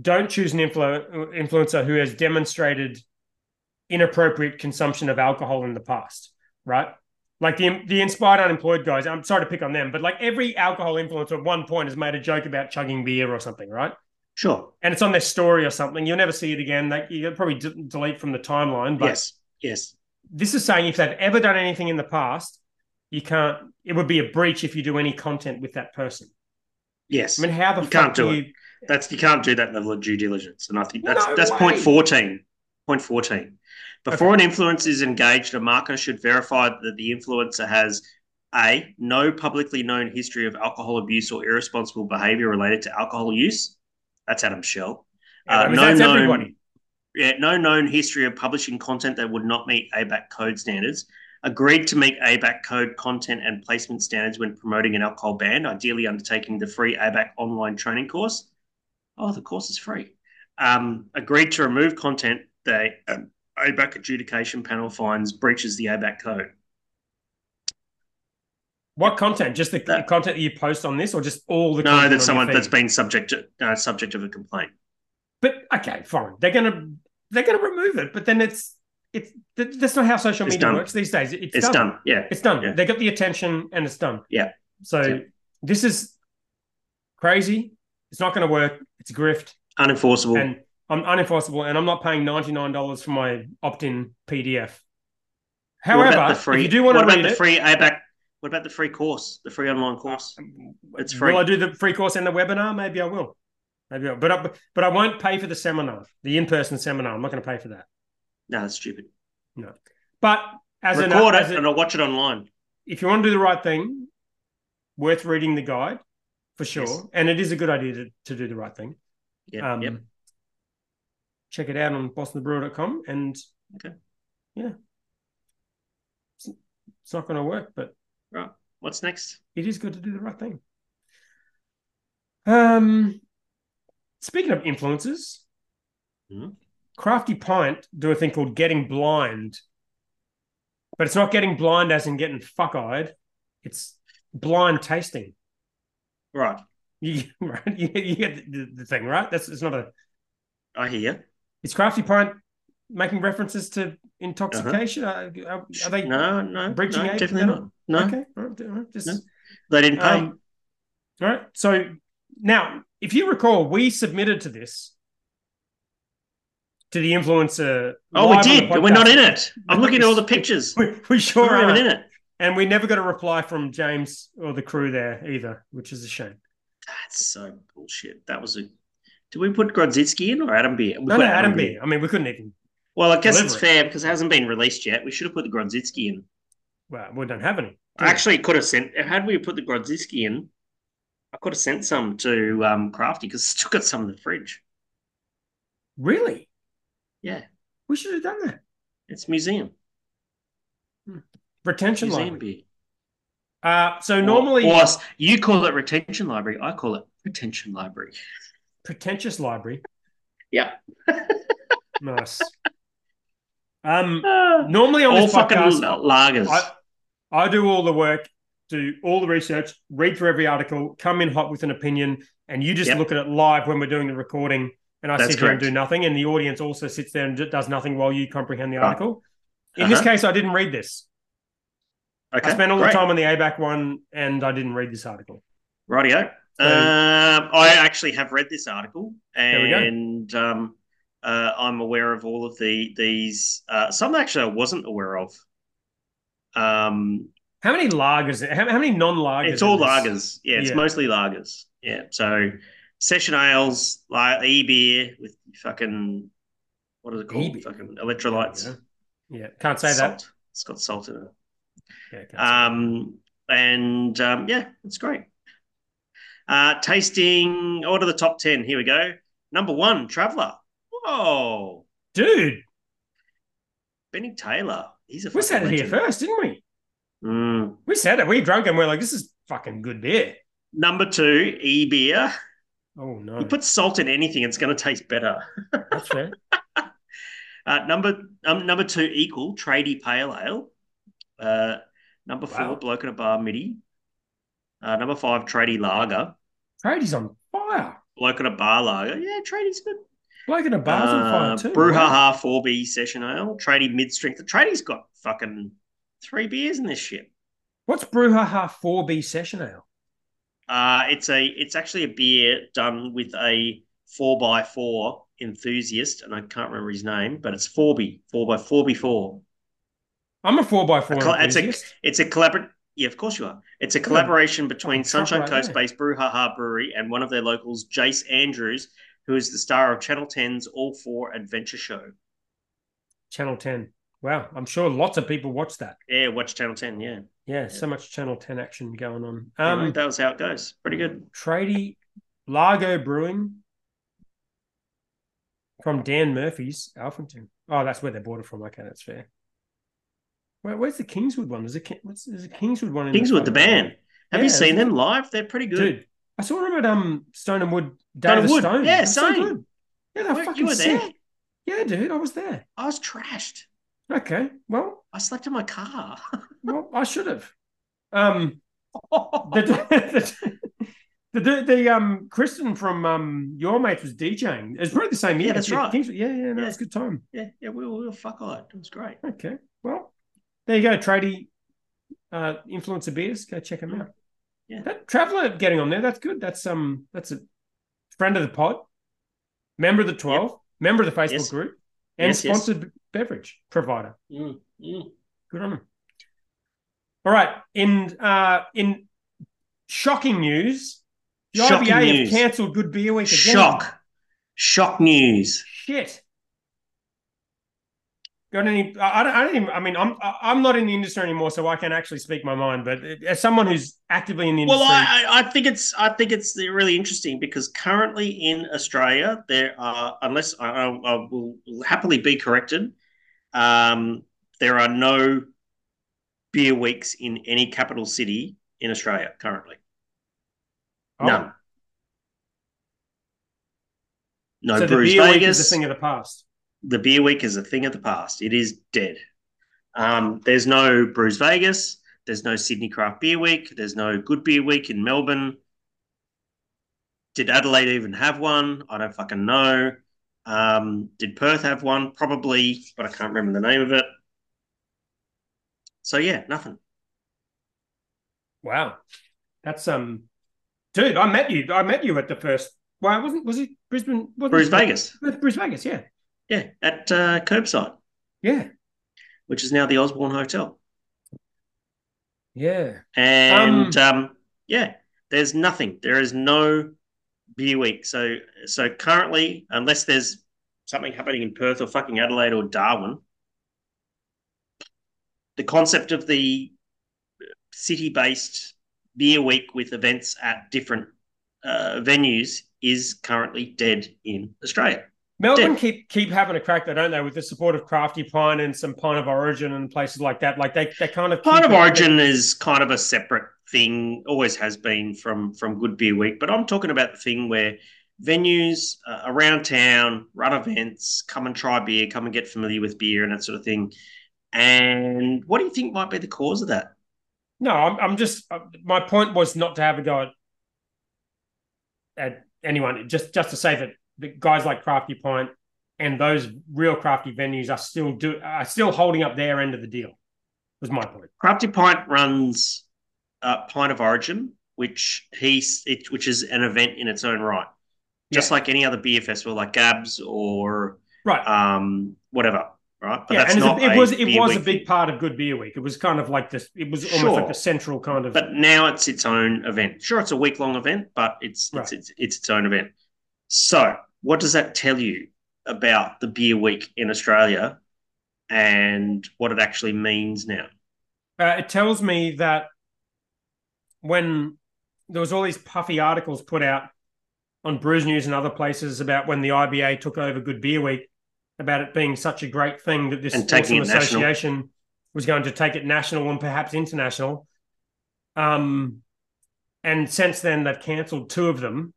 S1: don't choose an influ- influencer who has demonstrated inappropriate consumption of alcohol in the past, right? Like the the inspired unemployed guys. I'm sorry to pick on them, but like every alcohol influencer at one point has made a joke about chugging beer or something, right?
S2: Sure.
S1: And it's on their story or something. You'll never see it again. Like you'll probably d- delete from the timeline, but
S2: yes. Yes.
S1: this is saying if they've ever done anything in the past, you can't. It would be a breach if you do any content with that person.
S2: Yes.
S1: I mean, how the
S2: You
S1: fuck
S2: can't do
S1: do
S2: it.
S1: you?
S2: that's you can't do that level of due diligence, and I think that's
S1: No
S2: that's
S1: way.
S2: point fourteen. Point fourteen. Before an influencer is engaged, a marketer should verify that the influencer has a no publicly known history of alcohol abuse or irresponsible behavior related to alcohol use. That's Adam Shell.
S1: Yeah,
S2: Uh,
S1: I mean,
S2: no
S1: that's
S2: known-
S1: everybody.
S2: yeah, no known history of publishing content that would not meet ABAC code standards. Agreed to meet ABAC code content and placement standards when promoting an alcohol ban, ideally undertaking the free ABAC online training course. Oh, the course is free. Um, agreed to remove content that um, ABAC adjudication panel finds breaches the ABAC code.
S1: What content? Just the
S2: That-
S1: content that you post on this, or just all the
S2: No,
S1: content
S2: that's
S1: on your
S2: someone that's
S1: feed?
S2: been subject to, uh, subject of a complaint.
S1: But okay, fine. They're gonna they're gonna remove it, but then it's it's th- that's not how social
S2: It's
S1: media
S2: done.
S1: works these days. It's,
S2: It's
S1: done.
S2: done. Yeah.
S1: It's done.
S2: Yeah.
S1: They got the attention, and it's done.
S2: Yeah.
S1: So
S2: Yeah.
S1: this is crazy. It's not going to work. It's a grift,
S2: Unenforceable.
S1: and I'm unenforceable, and I'm not paying ninety nine dollars for my opt in PDF.
S2: What
S1: However,
S2: about the
S1: if
S2: free-
S1: you do want
S2: what
S1: to
S2: about
S1: read
S2: the
S1: it,
S2: free ABAC? What about the free course, the free online course?
S1: Um,
S2: It's free.
S1: Will I do the free course and the webinar? Maybe I will. Maybe, I, but I, but I won't pay for the seminar, the in person seminar. I'm not going to pay for that.
S2: No, that's stupid.
S1: But as an
S2: Record
S1: as
S2: it
S1: a-
S2: and I'll watch it online.
S1: if you want to do the right thing, worth reading the guide for sure.
S2: Yes.
S1: And it is a good idea to, to do the right thing.
S2: Yeah,
S1: Um,
S2: yep.
S1: Check it out on bostonthebrewer.com and
S2: Okay.
S1: yeah, it's, it's not going to work, but
S2: Right. What's next?
S1: it is good to do the right thing. Um, speaking of influences,
S2: Hmm.
S1: Crafty Pint do a thing called getting blind, but it's not getting blind as in getting fuck eyed. It's blind tasting.
S2: Right.
S1: You, right? you, you get the, the thing, right? That's it's not a
S2: I hear.
S1: it's Crafty Pint making references to intoxication. Uh, Are- Are, are they
S2: Uh-huh. no, no,
S1: breaching
S2: no,
S1: eight
S2: definitely
S1: then?
S2: not. No,
S1: okay? all right, all right, just
S2: No. they didn't pay.
S1: Um, all right. So now, if you recall, we submitted to this to the influencer.
S2: oh,
S1: live on
S2: we
S1: the
S2: did, but we're not
S1: podcast.
S2: in it. I'm looking at all the pictures. We're
S1: We, we sure
S2: not even
S1: aren't.
S2: in it.
S1: And we never got a reply from James or the crew there either, which is a shame.
S2: That's so bullshit. That was a. Did we put Grodzitsky in or Adam Beer? We
S1: No,
S2: put
S1: no, Adam B. I mean, we couldn't even.
S2: Well, I guess
S1: Deliver
S2: it's
S1: it.
S2: fair because it hasn't been released yet. We should have put the Grodzitsky in.
S1: Well, we don't have any.
S2: I actually could have sent. Had we put the Grodzitsky in, I could have sent some to um, Crafty because still got some in the fridge.
S1: Really?
S2: Yeah,
S1: We should have done that.
S2: it's museum
S1: Retention
S2: museum
S1: line.
S2: beer.
S1: Uh, so
S2: Or-
S1: normally,
S2: or s- you call it retention library. I call it retention library.
S1: pretentious library.
S2: Yeah.
S1: nice. Um,
S2: Ah.
S1: normally on
S2: all
S1: this
S2: fucking
S1: podcast,
S2: l- lagers.
S1: I, I do all the work, do all the research, read through every article, come in hot with an opinion, and you just
S2: Yep.
S1: look at it live when we're doing the recording. And I
S2: That's
S1: sit here and
S2: correct.
S1: do nothing, and the audience also sits there and d- does nothing while you comprehend the
S2: Right.
S1: article. In this
S2: Ah. Uh-huh.
S1: case, I didn't read this.
S2: okay,
S1: I spent all
S2: great.
S1: the time on the ABAC one, and I didn't read this article.
S2: Rightio.
S1: So-
S2: um, I actually have read this article,
S1: we go.
S2: and um, uh, I'm aware of all of the these. Uh, some actually I wasn't aware of. Um,
S1: How many lagers? How, how many non-lagers?
S2: it's all
S1: in this?
S2: lagers. Yeah, it's
S1: Yeah.
S2: mostly lagers. Yeah, so session ales, like e beer with fucking what is it called?
S1: E-beer.
S2: Fucking
S1: There we
S2: electrolytes.
S1: go. Yeah, can't say that.
S2: Salt. It's got salt in it.
S1: Yeah, can't say that.
S2: Um, and um, yeah, it's great. Uh, tasting order the top 10. Here we go. Number one, Traveler. Whoa,
S1: dude,
S2: Benny Taylor. He's a
S1: we
S2: fucking
S1: said it here
S2: legend.
S1: first, didn't we?
S2: Mm.
S1: We said it. We drunk and we're like, this is fucking good beer.
S2: Number two, e beer.
S1: Oh no,
S2: You put salt in anything, it's going to taste better.
S1: that's fair.
S2: Uh, number um, number two, equal tradie pale ale. Uh, number four,
S1: Wow.
S2: bloke in a bar midi. Uh, number five, tradie lager.
S1: Brady's on fire.
S2: Bloke in a bar lager. Yeah, tradie's good.
S1: Bloke in a bar's on fire
S2: Uh,
S1: too. right?
S2: Brouhaha 4B session ale. Tradie mid strength. The tradie's got fucking three beers in this shit.
S1: What's Brouhaha Four B Session Ale?
S2: Uh, it's a it's actually a beer done with a four by four enthusiast, and I can't remember his name, but it's 4B, four by four before.
S1: I'm a four by four
S2: A col- it's a-
S1: enthusiast.
S2: It's a collabor yeah, of course you are. It's a
S1: Yeah.
S2: collaboration
S1: Fucking
S2: between
S1: truck
S2: Sunshine
S1: right
S2: Coast
S1: there.
S2: based Brouhaha Brewery and one of their locals, Jace Andrews, who is the star of Channel 10's All Four Adventure Show.
S1: Channel Ten. Wow, I'm sure lots of people watch that.
S2: Yeah, watch Channel 10, yeah.
S1: Yeah, so much Channel Ten action going on.
S2: Anyway,
S1: Um,
S2: that was how it goes. Pretty good.
S1: tradie Largo Brewing. From Dan Murphy's Alphington. Oh, that's where they bought it from. Okay, that's fair. Where, where's the Kingswood one? There's a, Ki- what's, there's a Kingswood one. In
S2: Kingswood, the band. Have
S1: Yeah,
S2: you seen
S1: that's
S2: them live? They're pretty good.
S1: Dude, I saw him at um, Stone and Wood, Day of
S2: Stone and
S1: the
S2: Wood.
S1: Stone.
S2: Yeah,
S1: That's so
S2: same.
S1: good. Yeah, they're
S2: Were-
S1: fucking
S2: you were
S1: sick.
S2: there.
S1: Yeah, dude, I was there.
S2: I was trashed.
S1: Okay, well,
S2: I slept in my car.
S1: well, I should have. Um, the the, the, the, the um Kristen from um your mates was DJing. It's probably the same year.
S2: Yeah, that's
S1: actually.
S2: right.
S1: Kingswood. Yeah, yeah, no,
S2: Yeah.
S1: it's a good time.
S2: yeah, yeah, we were, we were fuck eyed. It was great.
S1: Okay, well, there you go, tradie uh, influencer beers. Go check them out.
S2: Yeah.
S1: that traveler getting on there. That's good. That's um, that's a friend of the pod, member of the twelve, member of the Facebook
S2: Yes.
S1: group, and
S2: Yes, yes.
S1: sponsored beverage provider.
S2: Mm, mm.
S1: Good on them. All right. In uh, in shocking news, the
S2: Shocking
S1: IBA
S2: news.
S1: have cancelled Good Beer Week again.
S2: Shock. Shock news.
S1: Shit. Got any? I I don't. I don't even. I mean, I'm. I- I'm not in the industry anymore, so I can actually speak my mind. But as someone who's actively in the industry,
S2: Well, I, I- I think it's I think it's really interesting because currently in Australia there are unless I, I, I will happily be corrected, um, there are no beer weeks in any capital city in Australia currently.
S1: Oh,
S2: None. No
S1: so the
S2: Brews
S1: beer
S2: Vegas.
S1: week is a thing of the past.
S2: the beer week is a thing of the past. It is dead. Um, there's no Brews Vegas. There's no Sydney Craft Beer Week. There's no Good Beer Week in Melbourne. Did Adelaide even have one? I don't fucking know. Um, did Perth have one? Probably, but I can't remember the name of it. So yeah, nothing.
S1: Wow, that's um, dude. I met you. I met you at the first. Why wasn't? Was it Brisbane? Wasn't
S2: Brews
S1: it-
S2: Vegas.
S1: Bruce Vegas, yeah.
S2: Yeah, at uh, Curbside,
S1: Yeah.
S2: which is now the Osborne Hotel.
S1: Yeah.
S2: and um, yeah, there's nothing. There is no beer week. So so currently, unless there's something happening in Perth or fucking Adelaide or Darwin, the concept of the city-based beer week with events at different uh, venues is currently dead in Australia.
S1: Melbourne
S2: Dude.
S1: keep keep having a crack though, don't they? With the support of Crafty Pine and some Pine of Origin and places like that. Like they, they kind of
S2: Pine
S1: keep
S2: of
S1: it-
S2: Origin is kind of a separate thing, always has been from from Good Beer Week. But I'm talking about the thing where venues uh, around town run events, come and try beer, come and get familiar with beer and that sort of thing. And what do you think might be the cause of that?
S1: No, I'm I'm just uh, my point was not to have a go at, at anyone. Just just to say that the guys like Crafty Pine and those real crafty venues are still do are still holding up their end of the deal. Was my point.
S2: Crafty Pint runs uh, Pint of Origin, which he s- it, which is an event in its own right, just
S1: Yeah.
S2: like any other beer festival, like Gabs or
S1: Right.
S2: um, whatever. Right, but
S1: yeah,
S2: that's
S1: and it's
S2: not
S1: a, it
S2: a
S1: was it
S2: Beer
S1: was a
S2: Week
S1: big
S2: thing.
S1: part of Good Beer Week. It was kind of like this. It was almost
S2: Sure.
S1: like the central kind of.
S2: but now it's its own event. Sure, it's a week long event, but it's, it's
S1: Right.
S2: it's it's its own event. So, what does that tell you about the beer week in Australia and what it actually means now?
S1: uh, it tells me that when there was all these puffy articles put out on Brews News and other places about when the IBA took over Good Beer Week, about it being such a great thing that this
S2: And taking
S1: awesome
S2: it national.
S1: association was going to take it national and perhaps international. Um, and since then they've cancelled two of them.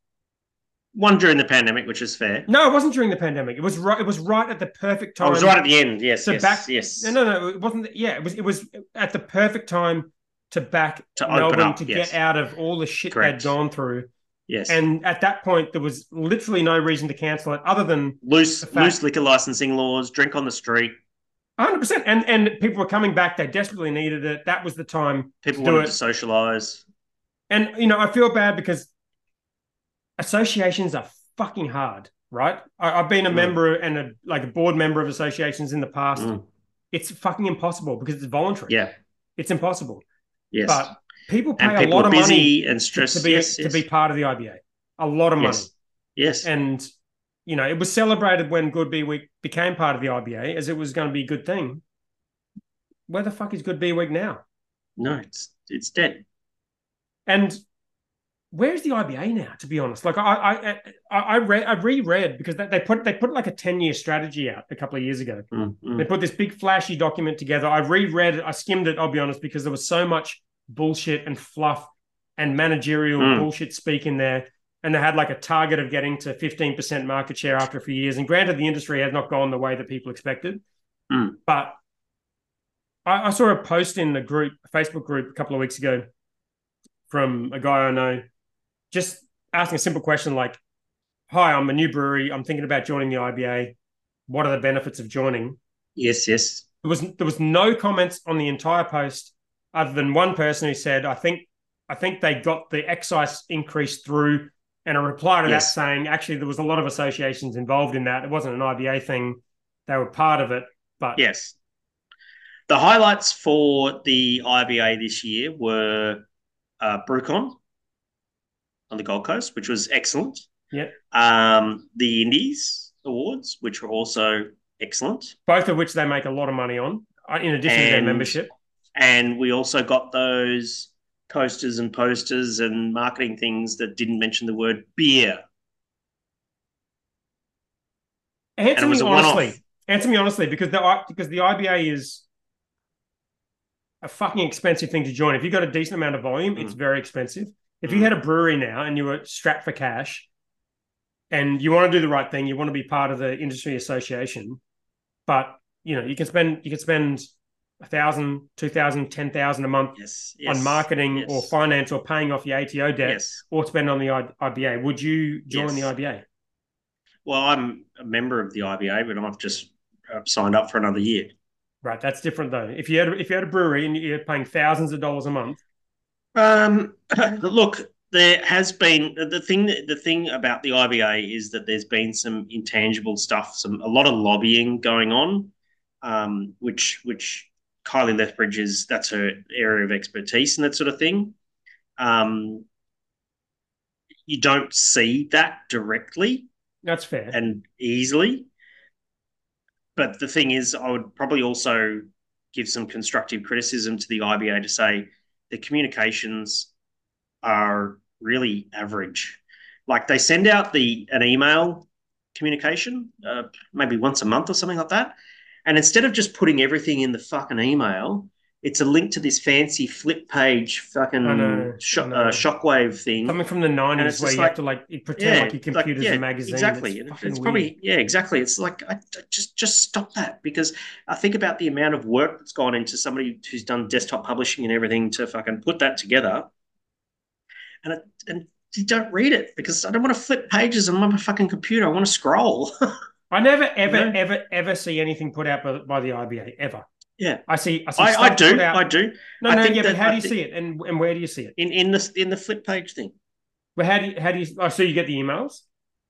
S2: One during the pandemic, which is fair.
S1: No, it wasn't during the pandemic. It was right. It was right at the perfect time.
S2: I Oh, was right at the end. Yes,
S1: So
S2: yes,
S1: back-
S2: yes.
S1: No, no, no. It wasn't. Yeah, it was. It was at the perfect time to back
S2: To open
S1: Melbourne
S2: up,
S1: to
S2: yes.
S1: get out of all the shit
S2: Correct.
S1: they'd gone through.
S2: yes. And
S1: And at that point, there was literally no reason to cancel it, other than
S2: loose
S1: the fact-
S2: loose liquor licensing laws, drink on the street.
S1: 100. percent And and people were coming back. They desperately needed it. That was the time.
S2: People
S1: Do
S2: wanted
S1: it.
S2: to socialize.
S1: And you know, I feel bad because associations are fucking hard, right? I, I've been a
S2: Mm.
S1: member and a like a board member of associations in the past.
S2: Mm,
S1: It's fucking impossible because it's voluntary.
S2: Yeah,
S1: It's impossible.
S2: yes.
S1: But people pay
S2: and
S1: a
S2: people
S1: lot
S2: are
S1: of money
S2: busy and
S1: to,
S2: stressed.
S1: to be
S2: yes,
S1: to
S2: yes,
S1: be part of the IBA. A lot of money,
S2: yes. Yes.
S1: and you know it was celebrated when Good Beer Week became part of the IBA as it was going to be a good thing. Where the fuck is Good Beer Week now?
S2: no, it's it's dead.
S1: And where's the IBA now? To be honest, like I I I, I read I reread because they, they put they put like a ten year strategy out a couple of years ago.
S2: Mm, mm.
S1: They put this big flashy document together. I reread it. I skimmed it. I'll be honest because there was so much bullshit and fluff and managerial
S2: Mm.
S1: bullshit speak in there. And they had like a target of getting to 15% market share after a few years. And granted, the industry has not gone the way that people expected.
S2: Mm.
S1: But I, I saw a post in the group, Facebook group, a couple of weeks ago from a guy I know just asking a simple question like, Hi, I'm a new brewery. I'm thinking about joining the IBA. What are the benefits of joining?
S2: Yes, yes.
S1: there was there was no comments on the entire post other than one person who said i think i think they got the excise increase through and a reply to
S2: Yes.
S1: that saying actually there was a lot of associations involved in that it wasn't an iba thing they were part of it but
S2: Yes. The highlights for the IBA this year were uh, Brewcon on the Gold Coast, which was excellent.
S1: Yep.
S2: Um, the Indies Awards, which were also excellent.
S1: both of which they make a lot of money on uh, in addition to their
S2: And-
S1: membership
S2: And we also got those coasters and posters and marketing things that didn't mention the word beer.
S1: answer
S2: was
S1: me
S2: a one-off.
S1: honestly answer me honestly because the I- because the iba is a fucking expensive thing to join if you've got a decent amount of volume it's very expensive If you
S2: Mm.
S1: had a brewery now and you were strapped for cash and you want to do the right thing, you want to be part of the industry association, but you know, you can spend you can spend a thousand, two thousand, ten thousand a month
S2: Yes. yes
S1: on marketing
S2: yes.
S1: or finance or paying off your ATO debt
S2: Yes.
S1: or spend on the I- IBA. Would you join
S2: Yes.
S1: the IBA?
S2: Well, I'm a member of the IBA, but I've just uh, signed up for another year.
S1: Right, that's different though. If you had a- if you had a brewery and you're paying thousands of dollars a month,
S2: Um, look, there has been the thing. The thing about the IBA is that there's been some intangible stuff, some a lot of lobbying going on, um, which which Kylie Lethbridge is that's her area of expertise and that sort of thing. Um, you don't see that directly
S1: that's fair.
S2: and easily. But the thing is, I would probably also give some constructive criticism to the IBA to say the communications are really average. Like they send out the an email communication uh, maybe once a month or something like that, and instead of just putting everything in the fucking email, it's a link to this fancy flip page fucking
S1: I know,
S2: sho-
S1: I know.
S2: uh, shockwave thing.
S1: Something from the
S2: And
S1: nineties
S2: it's
S1: where
S2: just
S1: you
S2: like-
S1: have to like pretend like your computer's
S2: yeah,
S1: a magazine.
S2: Exactly.
S1: It's
S2: And It's,
S1: fucking
S2: probably
S1: weird.
S2: yeah, exactly. It's like I, I just just stop that because I think about the amount of work that's gone into somebody who's done desktop publishing and everything to fucking put that together, and it, and you don't read it because I don't want to flip pages on my fucking computer. I want to scroll.
S1: I never, ever,
S2: Yeah.
S1: ever, ever see anything put out by, by the IBA ever.
S2: Yeah.
S1: I see. I see.
S2: I, I
S1: stuff
S2: do.
S1: Put out.
S2: I do.
S1: no,
S2: I
S1: no,
S2: think
S1: yeah, but
S2: that-
S1: how
S2: I
S1: do you
S2: thi-
S1: see it, and and where do you see it?
S2: In in the in the flip page thing.
S1: Well, how do you, how do you? Oh, so you get the emails.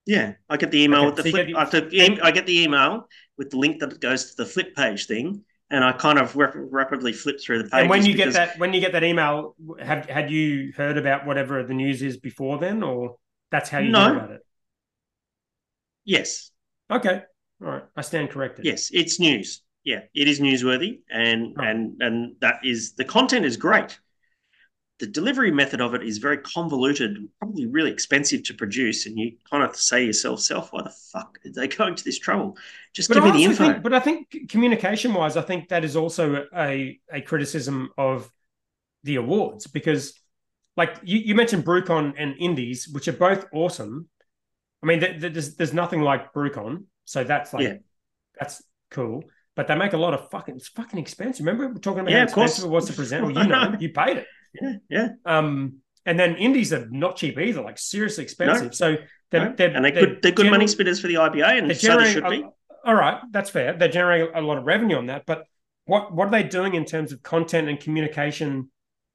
S2: Yeah, I get the email
S1: Okay,
S2: with the
S1: so you get
S2: flip.
S1: the-
S2: I, get the, em- I get the email with the link that goes to the flip page thing, and I kind of rap- rapidly flip through the pages.
S1: and when you
S2: because-
S1: get that, when you get that email, have had you heard about whatever the news is before then, or that's how you
S2: No.
S1: know about it?
S2: yes,
S1: Okay, all right, I stand corrected.
S2: yes, it's news. Yeah, it is newsworthy, and
S1: Right.
S2: and and that is the content is great. The delivery method of it is very convoluted, and probably really expensive to produce, and you kind of say to yourself, "Self, why the fuck are they going to this trouble? Just
S1: But
S2: give
S1: I,
S2: me the
S1: also
S2: info."
S1: think, but I think communication wise, I think that is also a, a criticism of the awards because, like you, you mentioned, BrewCon and Indies, which are both awesome. I mean, th- th- there's there's nothing like BrewCon, so that's like
S2: Yeah.
S1: that's cool. But they make a lot of fucking it's fucking expense. Remember we were talking about
S2: Yeah,
S1: how
S2: of course.
S1: expensive it was to present. Well,
S2: I
S1: you know,
S2: know.
S1: you paid it.
S2: yeah, yeah,
S1: Um, and then Indies are not cheap either, like seriously expensive. So they're,
S2: no.
S1: they're
S2: and they're,
S1: they're
S2: good. They're good money
S1: generally-
S2: spinners for the IBA, and
S1: they're
S2: so
S1: generating
S2: they should be.
S1: a- all right that's fair they're generating a lot of revenue on that but what what are they doing in terms of content and communication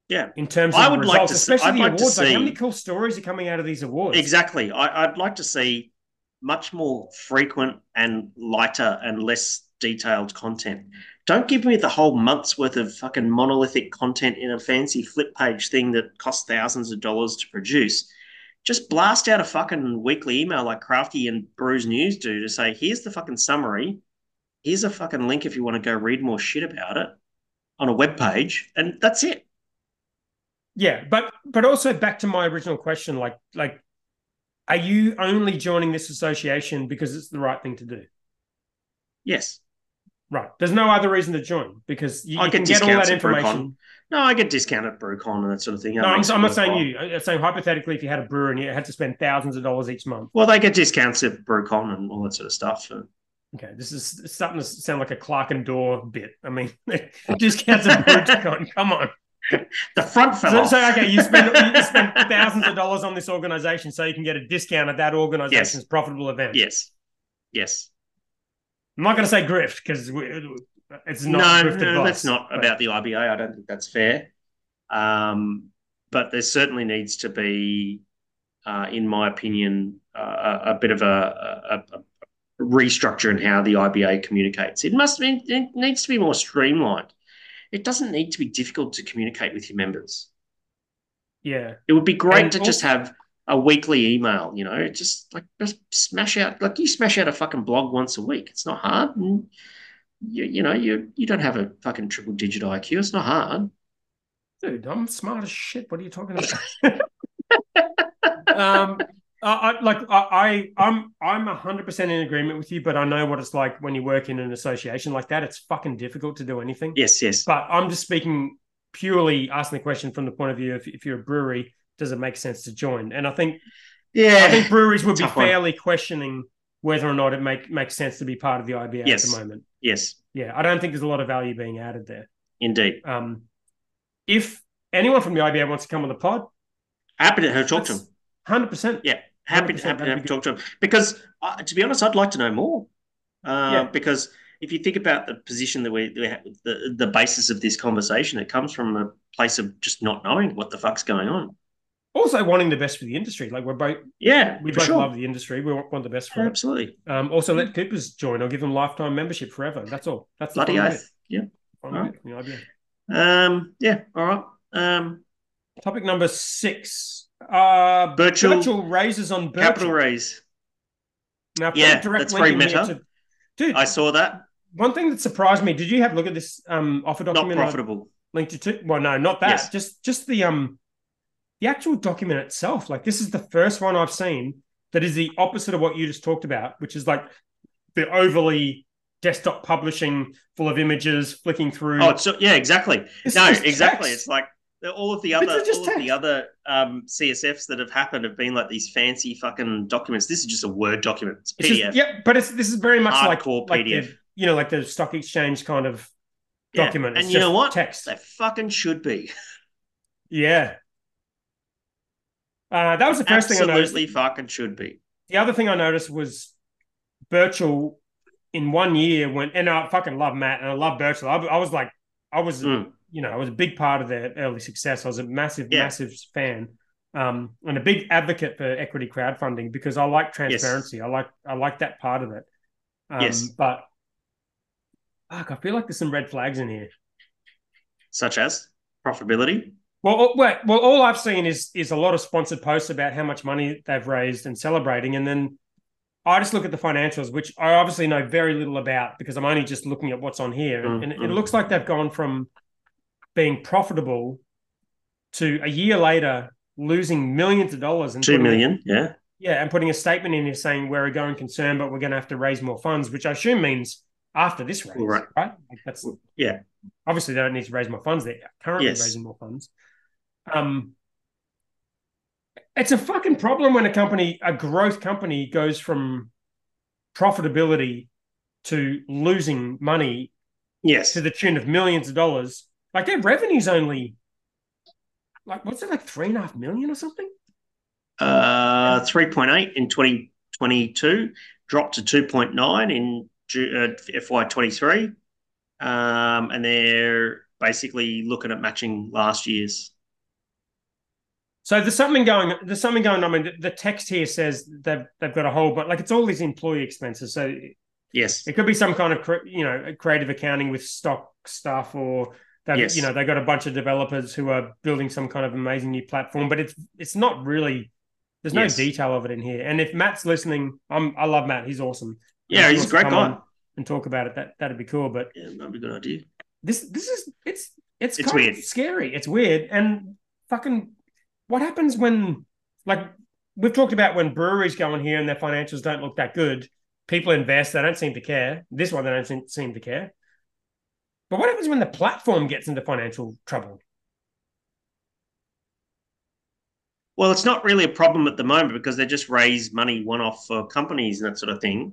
S2: Yeah.
S1: in terms of
S2: I would like
S1: results
S2: to see-
S1: especially
S2: I'd
S1: the
S2: like to
S1: awards like how
S2: see-
S1: many cool stories are coming out of these awards
S2: Exactly. I, I'd like to see much more frequent and lighter and less detailed content. Don't give me the whole month's worth of fucking monolithic content in a fancy flip page thing that costs thousands of dollars to produce. Just blast out a fucking weekly email like Crafty and Brews News do to say, here's the fucking summary. Here's a fucking link if you want to go read more shit about it on a web page. And that's it.
S1: yeah, but but also back to my original question, like like, are you only joining this association because it's the right thing to do?
S2: Yes.
S1: Right. There's no other reason to join because you,
S2: I
S1: you
S2: get
S1: can get all that
S2: discounts at BrewCon.
S1: information.
S2: No, I get discount at BrewCon and that sort of thing. That
S1: No, I'm,
S2: makes it
S1: I'm not saying
S2: worthwhile.
S1: you. I'm saying hypothetically, if you had a brewer and you had to spend thousands of dollars each month.
S2: Well, they get discounts at BrewCon and all that sort of stuff. and-
S1: Okay, this is starting to sound like a Clark and Door bit. I mean, discounts at BrewCon. Come on.
S2: The front fell
S1: So,
S2: off.
S1: so okay, you spend you spend thousands of dollars on this organization so you can get a discount at that organization's profitable event.
S2: Yes. Yes.
S1: I'm not going to say grift because it's
S2: No,
S1: not grift
S2: no,
S1: advice.
S2: that's not
S1: but-
S2: about the IBA. I don't think that's fair. Um, but there certainly needs to be, uh, in my opinion, uh, a, a bit of a, a, a restructure in how the IBA communicates. It must be, it needs to be more streamlined. It doesn't need to be difficult to communicate with your members.
S1: Yeah,
S2: It would be great
S1: And
S2: to
S1: al-
S2: just have a weekly email, you know, just like just smash out like you smash out a fucking blog once a week. It's not hard. And you, you know, you you don't have a fucking triple digit IQ. It's not hard.
S1: dude, I'm smart as shit. What are you talking about? um, I, I like I, I I'm I'm hundred percent in agreement with you, but I know what it's like when you work in an association like that. It's fucking difficult to do anything.
S2: Yes, yes.
S1: But I'm just speaking purely asking the question from the point of view of if you're a brewery, does it make sense to join? And I think I
S2: Yeah.
S1: think breweries would be
S2: Tough one.
S1: fairly questioning whether or not it make makes sense to be part of the IBA at
S2: Yes.
S1: the moment.
S2: Yes,
S1: Yeah, I don't think there's a lot of value being added there.
S2: indeed.
S1: Um, if anyone from the IBA wants to come on the pod,
S2: Happy to have talked to them.
S1: hundred percent.
S2: Happy,
S1: 100%,
S2: to happy to
S1: that'd
S2: have
S1: be
S2: talked to them. Because uh, to be honest, I'd like to know more. Uh,
S1: Yeah.
S2: Because if you think about the position that we, we have, the, the basis of this conversation, it comes from a place of just not knowing what the fuck's going on.
S1: Also, wanting the best for the industry. Like we're both,
S2: Yeah,
S1: we
S2: for
S1: both
S2: sure.
S1: love the industry. We want want the best for it.
S2: Absolutely.
S1: Um, also, let Coopers join. I'll give them lifetime membership forever. That's all. That's the
S2: Bloody
S1: fun
S2: oath. Yeah.
S1: bit. Fun bit from the IBA.
S2: Um, yeah. All right. Um,
S1: Topic number six. Uh,
S2: Birchall-
S1: Birchall raises on Birchall.
S2: capital raise.
S1: Now, put
S2: Yeah,
S1: a direct
S2: that's
S1: link
S2: very
S1: in here
S2: meta.
S1: to- dude,
S2: I saw that.
S1: one thing that surprised me. Did you have a look at this um, offer
S2: Not
S1: document? I
S2: profitable.
S1: linked you to? Well, no, not that.
S2: Yes.
S1: Just just the um the actual document itself. Like this is the first one I've seen that is the opposite of what you just talked about, which is like the overly desktop publishing full of images flicking through.
S2: Oh, so yeah, exactly.
S1: This
S2: No,
S1: is just
S2: exactly.
S1: text.
S2: It's like the- all of the
S1: It's
S2: other all
S1: just
S2: of the
S1: text.
S2: other um, CSFs that have happened have been like these fancy fucking documents. This is just a word document. It's
S1: It's
S2: PDF.
S1: just, yeah, but it's this is very much
S2: Hardcore
S1: like, like
S2: PDF.
S1: the, you know, like the stock exchange kind of
S2: Yeah.
S1: document. It's
S2: And you know
S1: just
S2: what?
S1: Text.
S2: They fucking should be.
S1: Yeah. Uh, that was the first thing I noticed.
S2: Absolutely fucking should be.
S1: The other thing I noticed was Birchall in one year went, and I fucking love Matt and I love Birchall. I, I was like, I was,
S2: Mm.
S1: you know, I was a big part of their early success. I was a massive,
S2: Yeah.
S1: massive fan. Um, and a big advocate for equity crowdfunding because I like transparency. I like I like that part of it. Um,
S2: Yes.
S1: but fuck, I feel like there's some red flags in here.
S2: Such as profitability.
S1: Well, all- wait, well, all I've seen is is a lot of sponsored posts about how much money they've raised and celebrating, and then I just look at the financials, which I obviously know very little about because I'm only just looking at what's on here,
S2: Mm,
S1: and it-
S2: mm.
S1: it looks like they've gone from being profitable to a year later losing millions of dollars and
S2: Two
S1: putting a-
S2: million. Yeah.
S1: yeah, and putting a statement in here saying we're a going concern, but we're going to have to raise more funds, which I assume means after this raise,
S2: Right.
S1: right? Like that's
S2: Yeah.
S1: Obviously, they don't need to raise more funds. They're currently
S2: Yes.
S1: raising more funds. Um, it's a fucking problem when a company, a growth company, goes from profitability to losing money
S2: Yes.
S1: to the tune of millions of dollars. Like their revenue's only like what's it like three and a half million or something?
S2: Uh, 3.8 in 2022, dropped to 2.9 in Ju- uh, FY23. Um, and they're basically looking at matching last year's.
S1: So there's something going. There's something going on. I mean, the text here says they've they've got a whole, but like it's all these employee expenses. So
S2: Yes.
S1: it could be some kind of cre- you know creative accounting with stock stuff, or they've
S2: Yes.
S1: you know they got a bunch of developers who are building some kind of amazing new platform. But it's it's not really. There's no
S2: Yes.
S1: detail of it in here. And if Matt's listening, I'm I love Matt. He's awesome. If
S2: Yeah,
S1: he
S2: he's a
S1: wants to
S2: great
S1: come
S2: guy.
S1: on And talk about it. That that'd be cool. But
S2: Yeah, that'd be a good idea.
S1: this this is it's it's,
S2: It's
S1: kind
S2: weird.
S1: of scary. It's weird, and fucking what happens when like we've talked about when breweries go in here and their financials don't look that good. People invest, they don't seem to care. This one, they don't seem, seem to care. But what happens when the platform gets into financial trouble?
S2: Well, it's not really a problem at the moment because they just raise money one off for companies and that sort of thing.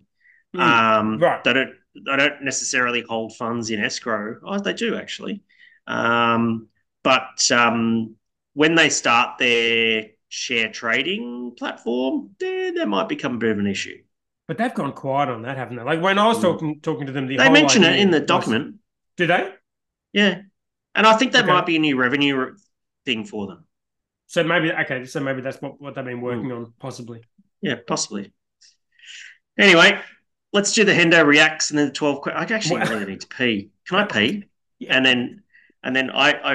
S1: Hmm,
S2: Um,
S1: right.
S2: They don't they don't necessarily hold funds in escrow. Oh, they do actually. Um, but um, when they start their share trading platform, there there might become a bit of an issue.
S1: But they've gone quiet on that, haven't they? Like when I was
S2: Hmm.
S1: talking talking to them, the
S2: they
S1: whole
S2: mention it
S1: idea
S2: in the
S1: was-
S2: document.
S1: Do they?
S2: Yeah, and I think that
S1: Okay.
S2: might be a new revenue re- thing for them.
S1: So maybe okay. So maybe that's what, what they've
S2: Hmm.
S1: been working on, possibly.
S2: Yeah, possibly. Anyway, let's do the Hendo reacts and then the twelve. Que- I actually
S1: What-
S2: really need to pee. Can I pee?
S1: Yeah.
S2: And then, and then I, I,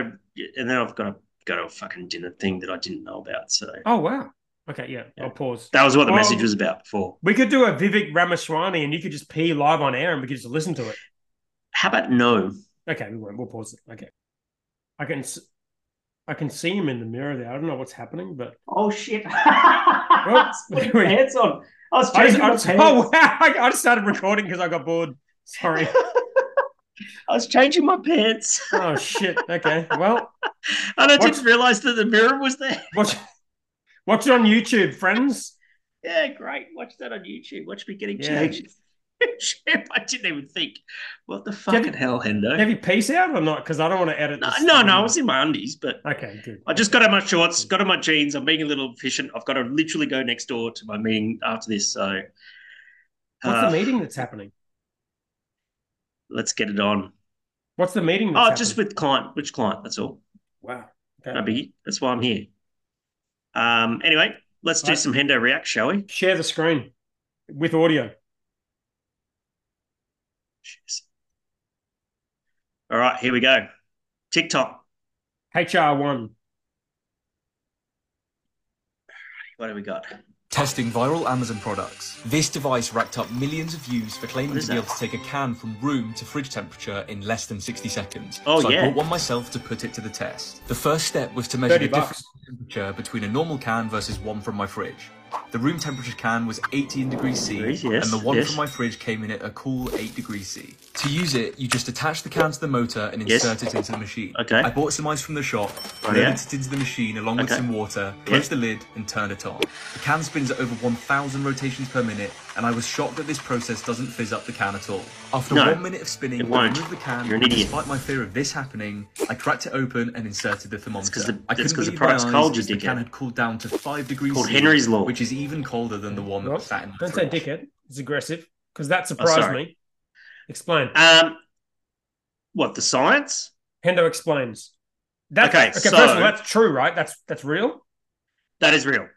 S2: and then I've got to go to a fucking dinner thing that I didn't know about. So
S1: Oh wow. Okay, yeah. I'll pause.
S2: that was what the
S1: Well-
S2: message was about before.
S1: We could do a Vivek Ramaswamy, and you could just pee live on air, and we could just listen to it.
S2: How about no?
S1: Okay, we won't. We'll pause it. Okay. I can, s- I can see him in the mirror there. I don't know what's happening, but
S2: Oh shit! I was putting my pants on. I was
S1: I just,
S2: changing
S1: I
S2: my
S1: just-
S2: pants.
S1: oh wow! I, I just started recording because I got bored. Sorry.
S2: I was changing my pants,
S1: Oh shit. Okay. Well,
S2: and I
S1: What's-
S2: didn't realize that the mirror was there.
S1: watch, watch it on YouTube, friends.
S2: Yeah, great. Watch that on YouTube. Watch me getting
S1: Yeah.
S2: changed. Shit, I didn't even think. What the
S1: you-
S2: fucking hell, Hendo?
S1: Have you piece out or not? Because I don't want to edit.
S2: No,
S1: this
S2: no,
S1: thing.
S2: no, I was Uh, in my undies, but
S1: Okay, good.
S2: I just got out my shorts, got on my jeans. I'm being a little efficient. I've got to literally go next door to my meeting after this. So
S1: What's
S2: uh,
S1: the meeting that's happening?
S2: let's get it on.
S1: What's the meeting?
S2: Oh,
S1: That's
S2: just
S1: happening?
S2: with client, which client? That's all.
S1: wow.
S2: No
S1: Okay.
S2: biggie. That's why I'm here. Um, anyway, let's do
S1: Right.
S2: some Hendo React, shall we?
S1: Share the screen with audio.
S2: Jeez. All right, here we go. TikTok.
S1: HR one.
S2: What have we got?
S3: Testing viral Amazon products. This device racked up millions of views for claiming
S2: What is
S3: to be
S2: that?
S3: able to take a can from room to fridge temperature in less than 60 seconds.
S2: Oh,
S3: so
S2: yeah.
S3: I bought one myself to put it to the test. The first step was to measure
S1: 30
S3: the
S1: bucks.
S3: difference in temperature between a normal can versus one from my fridge. The room temperature can was 18 degrees C,
S2: Degrees, yes,
S3: and the one
S2: yes.
S3: from my fridge came in at a cool 8 degrees C. To use it, you just attach the can to the motor and
S2: Yes.
S3: insert it into the machine.
S2: Okay.
S3: I bought some ice from the shop,
S2: Oh,
S3: loaded
S2: yeah?
S3: it into the machine along with
S2: Okay.
S3: some water,
S2: Yeah.
S3: closed the lid, and turned it on. The can spins at over 1,000 rotations per minute, and I was shocked that this process doesn't fizz up the can at all. After
S2: No,
S3: one minute of spinning,
S2: it
S3: I
S2: won't.
S3: removed the can,
S2: You're an
S3: and
S2: idiot.
S3: despite my fear of this happening, I cracked it open and inserted the thermometer.
S2: 'cause the-
S3: I
S2: that's
S3: couldn't
S2: 'cause the
S3: believe
S2: product's
S3: my eyes
S2: cold, you
S3: as the
S2: dickhead.
S3: can had cooled down to 5 degrees
S2: Called
S3: C,
S2: Henry's Law.
S3: which is even colder than the one that
S1: Well,
S3: sat in the
S1: Don't say
S3: fridge.
S1: dickhead. It's aggressive because that surprised
S2: Oh, sorry.
S1: me. Explain.
S2: Um, what the science?
S1: Hendo explains. That's,
S2: Okay,
S1: okay.
S2: so-
S1: First of all, that's true, right? That's that's real.
S2: That is real.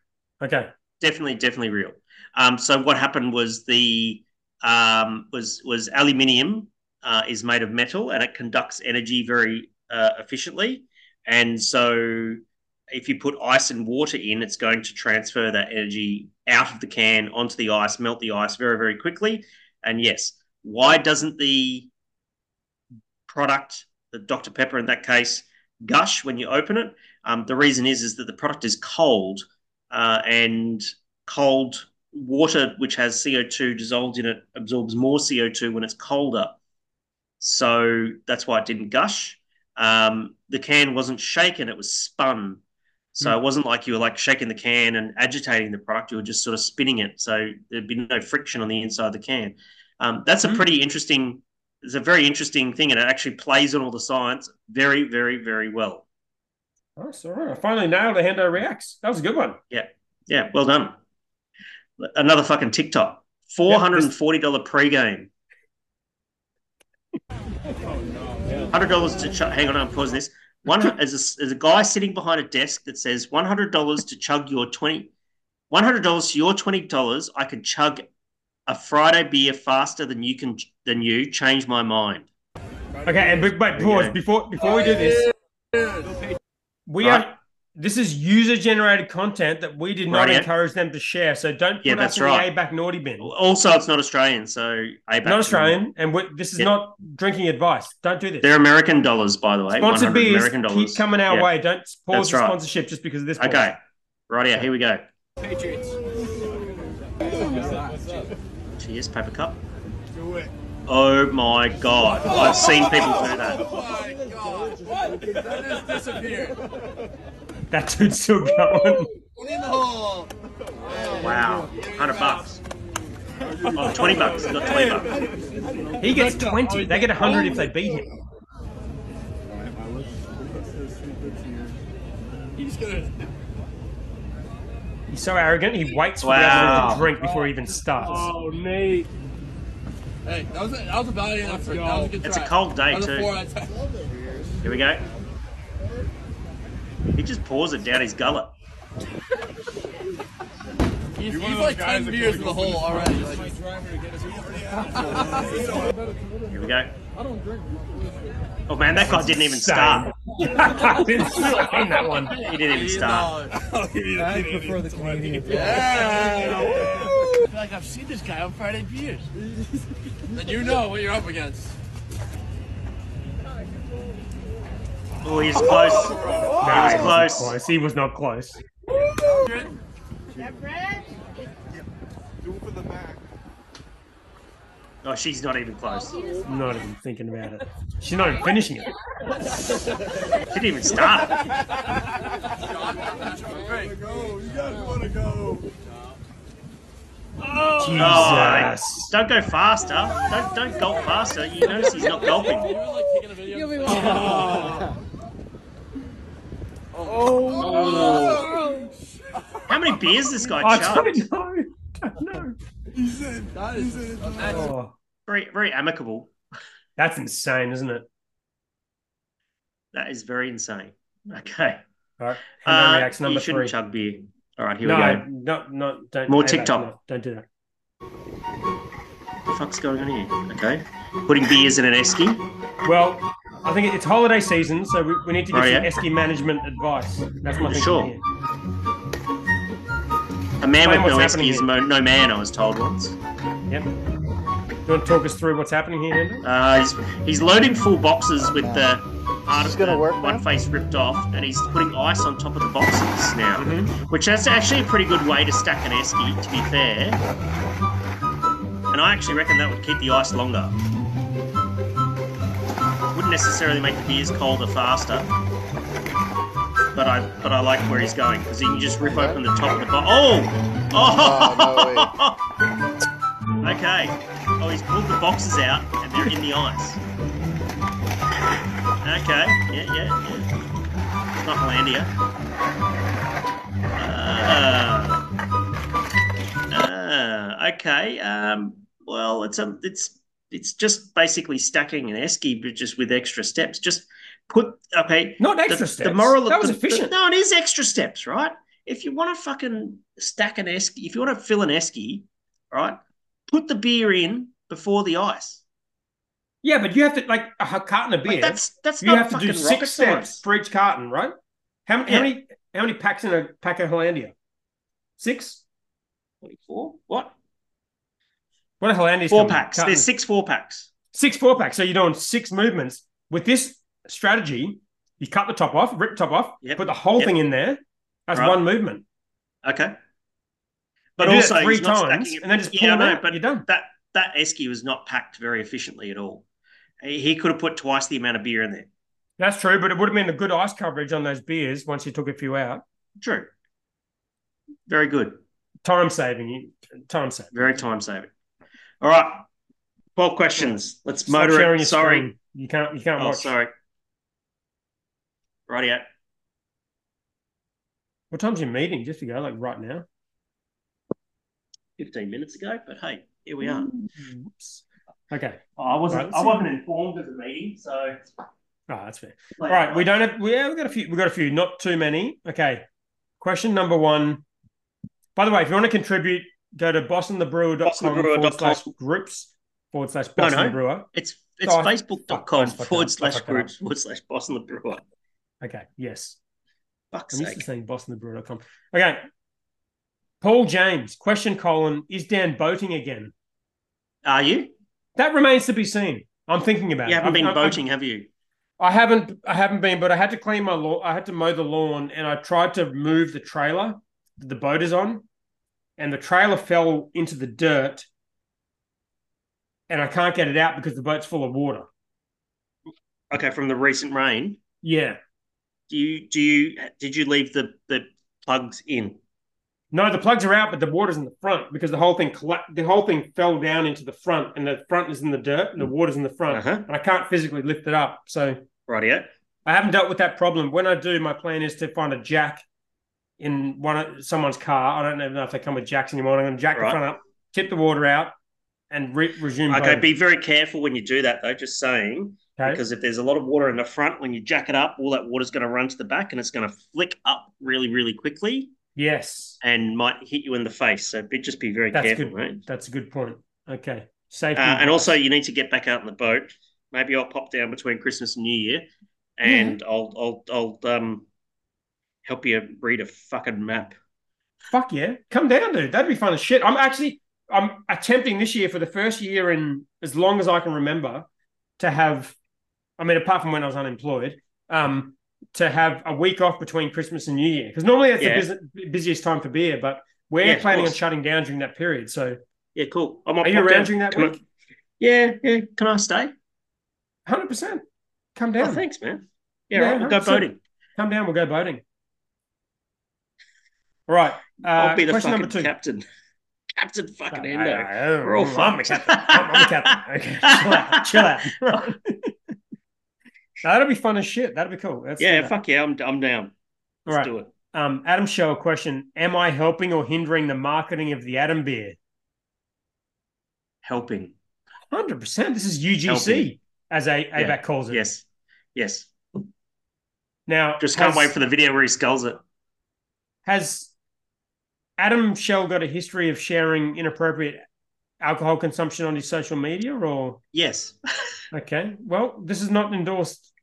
S1: Okay.
S2: definitely, definitely real. Um, so what happened was the um, was was aluminium uh, is made of metal and it conducts energy very uh, efficiently, and so if you put ice and water in, it's going to transfer that energy out of the can onto the ice, melt the ice very very quickly. And yes, why doesn't the product, the Dr Pepper in that case, gush when you open it? Um, the reason is is that the product is cold uh, and cold water, which has CO2 dissolved in it, absorbs more CO2 when it's colder. So that's why it didn't gush. Um, the can wasn't shaken, it was spun. So it wasn't like you were like shaking the can and agitating the product, you were just sort of spinning it. So there'd be no friction on the inside of the can. Um, that's a
S1: Hmm.
S2: pretty interesting, it's a very interesting thing, and it actually plays on all the science very, very, very well.
S1: That's Oh, all right. I finally nailed the Hendo reacts. That was a good one.
S2: Yeah, well done. Another fucking TikTok. Four hundred and forty dollar pregame. Hundred dollars to chug. Hang on, I'm pausing this. One as a, as a guy sitting behind a desk that says one hundred dollars to chug your twenty. One hundred dollars to your twenty dollars. I could chug a Friday beer faster than you can than you. Change my mind.
S1: Okay, and but, but pause
S2: Okay.
S1: before before we do this. We
S2: Right.
S1: are This is user generated content that we did not
S2: Right, yeah.
S1: encourage them to share. So don't
S2: Yeah,
S1: put us
S2: that's
S1: in
S2: right.
S1: the ABAC naughty bin.
S2: Also, it's not Australian, so ABAC
S1: not Australian, and we, this is
S2: Yeah.
S1: not drinking advice. Don't do this.
S2: They're American dollars, by the way.
S1: Sponsored
S2: 100
S1: beers
S2: American dollars.
S1: keep coming our
S2: Yeah.
S1: way. Don't pause
S2: That's
S1: the
S2: right.
S1: sponsorship just because of this. pause.
S2: Okay, right here. Here we go.
S4: Patriots.
S2: Cheers, paper cup. Oh my god! I've seen people do that.
S4: my god! What? That just disappeared.
S1: that dude's still going.
S4: One in the hole.
S2: Wow, hundred bucks. Oh, 20 bucks, not 20 bucks.
S1: He gets twenty. They get hundred if they beat him.
S4: He's gonna.
S1: He's so arrogant. He waits for the
S2: Wow.
S1: other to drink before he even starts.
S5: Oh, Nate.
S4: Hey, that was a, that was a valiant effort. That was a good
S2: It's a
S4: try.
S2: cold day,
S4: That was a
S2: too.
S4: four out of ten.
S2: Here we go. He just pours it down his gullet.
S4: He's, he's like ten beers in the hole already. Like,
S2: Here we go. Oh man, that guy didn't even
S1: Insane.
S2: start.
S1: I didn't see it in that one.
S2: He didn't even start.
S6: I prefer the Canadian.
S4: I feel like I've seen this guy on Friday beers. then you know what you're up against.
S2: Oh, he's close. He was
S1: Nah, he wasn't
S2: close.
S1: He was not close.
S2: Oh, she's not even close. She
S1: Not even thinking about it. She's not even finishing it.
S2: didn't even start.
S1: Jesus.
S2: Oh, don't go faster. Don't don't gulp faster. You notice he's not
S4: You
S2: gulping.
S4: were like taking a video. Oh.
S2: How many beers this guy
S1: I
S2: chugged?
S1: don't know. Don't know. Oh,
S2: Very very amicable.
S1: that's insane, isn't it?
S2: That is very insane. Okay.
S1: All right. Hendo
S2: Uh,
S1: reacts
S2: you
S1: number
S2: shouldn't
S1: three.
S2: chug beer. All right, here we
S1: no,
S2: go.
S1: no, no, don't.
S2: More
S1: hey,
S2: TikTok.
S1: no, don't do that.
S2: What the fuck's going on here? Okay. Putting beers in an esky.
S1: Well, I think it's holiday season, so we, we need to give
S2: Oh,
S1: some
S2: yeah?
S1: Esky management advice. That's my thing.
S2: Sure.
S1: Here.
S2: A man
S1: Explain
S2: with no
S1: what's happening
S2: esky is
S1: here.
S2: mo- no man, I was told once.
S1: Yep. Do you want to talk us through what's happening here, Hendo?
S2: Uh, he's, he's loading full boxes with the part
S6: This
S2: of
S6: gonna
S2: the
S6: work,
S2: one
S6: man?
S2: face ripped off, and he's putting ice on top of the boxes now,
S6: Mm-hmm.
S1: Mhm.
S2: which that's actually a pretty good way to stack an esky, to be fair. And I actually reckon that would keep the ice longer. Wouldn't necessarily make the beers colder faster. But I but I like where he's going because he can just rip open the top of the box. Oh! Oh! okay. Oh, he's pulled the boxes out and they're in the ice. Okay. Yeah, yeah, yeah. It's not Hollandia. Uh, uh, okay. Um, well, it's a, it's it's just basically stacking an esky, but just with extra steps. Just put okay.
S1: Not
S2: The-
S1: extra steps.
S2: The moral of
S1: that was
S2: the- the-
S1: efficient.
S2: no, it is extra steps, right? If you want to fucking stack an esky, if you want to fill an esky, right, put the beer in before the ice.
S1: Yeah, but you have to like a h- carton of
S2: Like,
S1: beer.
S2: that's that's
S1: you
S2: not
S1: have to
S2: fucking
S1: do
S2: rocket
S1: six
S2: science.
S1: steps for each carton, right? How, many?
S2: Yeah.
S1: how many? How many packs in a pack of Hollandia? Six.
S2: Twenty-four. What?
S1: What a Hollandia.
S2: Four packs. There's six four packs.
S1: six four packs. So you're doing six movements with this strategy. You cut the top off, rip the top off,
S2: Yep.
S1: put the whole
S2: Yep.
S1: thing in there. That's
S2: Right.
S1: one movement.
S2: Okay.
S1: You
S2: But
S1: do that
S2: also
S1: three
S2: he's not
S1: times,
S2: stacking it.
S1: and then just pull
S2: yeah, I
S1: them
S2: know,
S1: out.
S2: but
S1: you're done.
S2: that that esky was not packed very efficiently at all. He he could have put twice the amount of beer in there.
S1: That's true, but it would have been a good ice coverage on those beers once you took a few out.
S2: True. Very good.
S1: Time saving, you time saving.
S2: Very time saving. All right. Twelve questions. Let's
S1: Stop
S2: motor
S1: sharing
S2: it.
S1: your
S2: Sorry.
S1: screen. you can't. You can't
S2: Oh,
S1: watch.
S2: sorry. Righty out.
S1: What time's your meeting? Just to go like right now.
S2: Fifteen minutes ago, but hey, here we are.
S1: Oops. Okay.
S2: I
S1: wasn't- I wasn't
S2: informed of the meeting, so
S1: Ah, that's fair. All right, we don't have. We, yeah, we got a few. We got a few. Not too many. Okay. Question number one. By the way, if you want to contribute, go to bostonthebrewer.com forward slash groups forward slash
S2: No, no.
S1: Boston Brewer.
S2: It's it's
S1: Oh, I-
S2: facebook.com
S1: fuck, I
S2: forward
S1: fucked
S2: slash
S1: up. I fucked
S2: groups forward slash boss and the brewer.
S1: Okay. Yes.
S2: Fuck's
S1: I'm used to
S2: sake.
S1: saying bostonthebrewer.com. Okay. Paul James, question colon, is Dan boating again?
S2: Are you?
S1: That remains to be seen. I'm thinking about
S2: You
S1: it.
S2: haven't
S1: I'm-
S2: been
S1: I'm-
S2: boating, have you?
S1: I haven't I haven't been, but I had to clean my lawn. I had to mow the lawn and I tried to move the trailer that the boat is on, and the trailer fell into the dirt and I can't get it out because the boat's full of water.
S2: Okay, from the recent rain.
S1: Yeah.
S2: Do you do you did you leave the the plugs in?
S1: No, the plugs are out, but the water's in the front because the whole thing colla- the whole thing fell down into the front, and the front is in the dirt, and the water's in the front,
S2: Uh-huh.
S1: and I can't physically lift it up. So
S2: Right, yeah.
S1: I haven't dealt with that problem. When I do, my plan is to find a jack in one of someone's car. I don't even know if they come with jacks anymore. I'm going to jack
S2: Right.
S1: the front up, tip the water out, and re- resume.
S2: Okay,
S1: boating.
S2: be very careful when you do that though, just saying.
S1: Okay?
S2: Because if there's a lot of water in the front, when you jack it up, all that water's gonna run to the back and it's gonna flick up really, really quickly
S1: yes,
S2: and might hit you in the face. So be, just be very
S1: That's
S2: careful,
S1: good.
S2: mate.
S1: that's a good point. Okay, safety,
S2: Uh, and also, you need to get back out on the boat. Maybe I'll pop down between Christmas and New Year, and I'll I'll I'll um help you read a fucking map.
S1: Fuck yeah. Come down, dude. That'd be fun as shit. I'm actually I'm attempting this year for the first year in as long as I can remember to have I mean, apart from when I was unemployed, um, to have a week off between Christmas and New Year. Because normally that's
S2: Yeah.
S1: the bus- busiest time for beer, but we're
S2: Yeah, of
S1: planning on
S2: course.
S1: shutting down during that period. So
S2: Yeah, cool. I might
S1: are you
S2: pop
S1: around
S2: down.
S1: during that
S2: Can I-
S1: week?
S2: Yeah, yeah. Can I stay?
S1: Hundred percent. Come
S2: Oh,
S1: down.
S2: thanks, man. Yeah,
S1: Yeah,
S2: right, we'll go
S1: 100%.
S2: boating.
S1: Come down, we'll go boating. All right. Uh,
S2: I'll be the
S1: question
S2: fucking
S1: number two.
S2: captain. Captain fucking
S1: I-
S2: Endo.
S1: I- I-
S2: We're all
S1: I'm
S2: fucked.
S1: the captain. I'm, I'm the captain. Okay, chill out. Chill out. Now, that'll be fun as shit. That'll be cool. Let's do
S2: yeah,
S1: that.
S2: fuck yeah, I'm I'm down.
S1: All
S2: Let's
S1: right.
S2: do it.
S1: Um, Adam Show, a question: Am I helping or hindering the marketing of the Adam beer?
S2: Helping.
S1: Hundred percent. This is UGC
S2: Helping.
S1: as a ABAC
S2: Yeah.
S1: calls it.
S2: Yes. Yes.
S1: Now,
S2: Just can't
S1: has-
S2: wait for the video where he skulls it.
S1: Has Adam Shell got a history of sharing inappropriate alcohol consumption on his social media, or
S2: Yes.
S1: okay? Well, this is not endorsed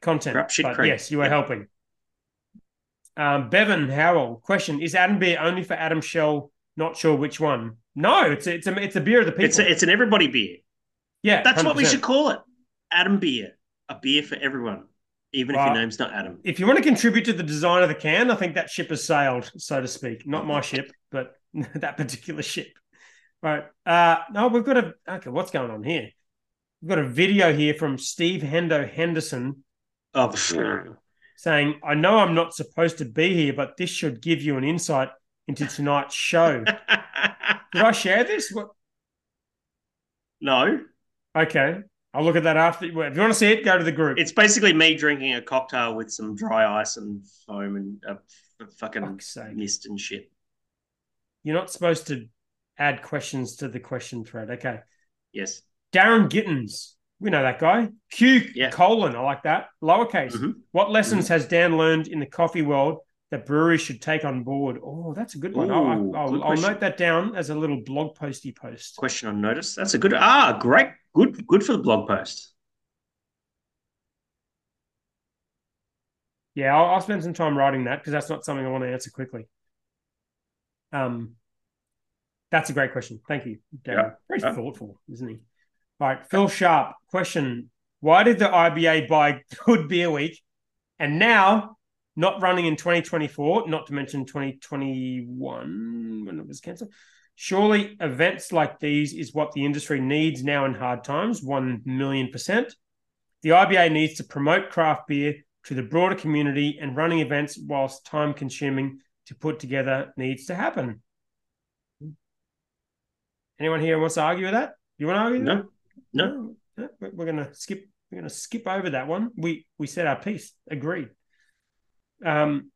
S1: content.
S2: Crap, shit,
S1: but
S2: cream.
S1: yes, you are
S2: Yeah.
S1: helping. Um, Bevan Howell, question: Is Adam beer only for Adam Shell? Not sure which one. No, it's a, it's a it's a beer of the people.
S2: It's a, it's an everybody beer.
S1: yeah,
S2: That's what we
S1: 100%.
S2: should call it. Adam beer. A beer for everyone. Even if
S1: Right.
S2: your name's not Adam.
S1: if you want to contribute to the design of the can, I think that ship has sailed, so to speak. Not my ship, but that particular ship. All right. Uh, no, we've got a. Okay, what's going on here? We've got a video here from Steve Hendo Henderson
S2: Oh, pfft.
S1: saying, I know I'm not supposed to be here, but this should give you an insight into tonight's show. Did I share this? What?
S2: no.
S1: Okay. I'll look at that after. If you want to see it, go to the group.
S2: It's basically me drinking a cocktail with some dry ice and foam and a f- fucking
S1: Fuck's sake.
S2: mist and shit.
S1: You're not supposed to add questions to the question thread. Okay.
S2: Yes.
S1: Darren Gittins. We know that guy. Q
S2: Yeah.
S1: colon. I like that. Lowercase.
S2: Mhm.
S1: What lessons has Dan learned in the coffee world that breweries should take on board? Oh, that's a good one. I'll-
S2: Ooh,
S1: I'll,
S2: good
S1: I'll, I'll
S2: question.
S1: note that down as a little blog posty post.
S2: Question on notice. That's a good ah, great, good, good for the blog post.
S1: Yeah, I'll, I'll spend some time writing that because that's not something I want to answer quickly. Um, that's a great question. Thank you, Darren.
S2: Yeah,
S1: Very
S2: yeah.
S1: thoughtful, isn't he? All right, Phil Sharp. Question: Why did the IBA buy Good Beer Week, and now not running in 2024? Not to mention 2021 when it was cancelled. Surely, events like these is what the industry needs now in hard times. One million percent. The IBA needs to promote craft beer to the broader community, and running events, whilst time consuming to put together, needs to happen. Anyone here wants to argue with that? You want to argue?
S2: No, no.
S1: No, no, we're- we're gonna skip. We're gonna skip over that one. We we said our piece. Agreed. Um,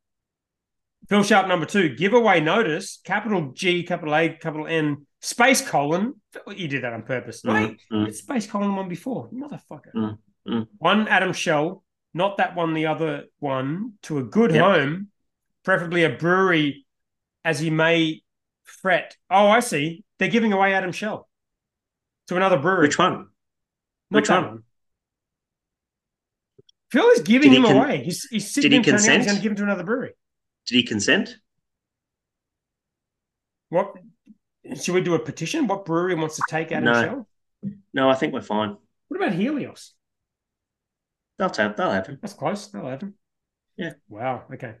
S1: Phil Sharp number two giveaway notice. Capital G, capital A, capital N, space colon. You did that on purpose. Mate,
S2: Mm, mm.
S1: it's space colon one before, motherfucker.
S2: Mm, mm.
S1: One Adam Shell, not that one, the other one, to a good
S2: Yep.
S1: home, preferably a brewery, as he may fret. Oh, I see. They're giving away Adam Shell to another brewery.
S2: Which one?
S1: Not
S2: which
S1: that
S2: one?
S1: Phil is giving
S2: Did
S1: him
S2: he con-
S1: away. He's he's
S2: did
S1: sitting
S2: he
S1: in Tony. He's
S2: consent?
S1: going to give him to another brewery.
S2: Did he consent?
S1: What? Should we do a petition? What brewery wants to take Adam
S2: No.
S1: Shell?
S2: No, I think we're fine.
S1: What about Helios?
S2: They'll have they'll have him.
S1: That's close. That'll happen.
S2: Yeah.
S1: Wow. Okay.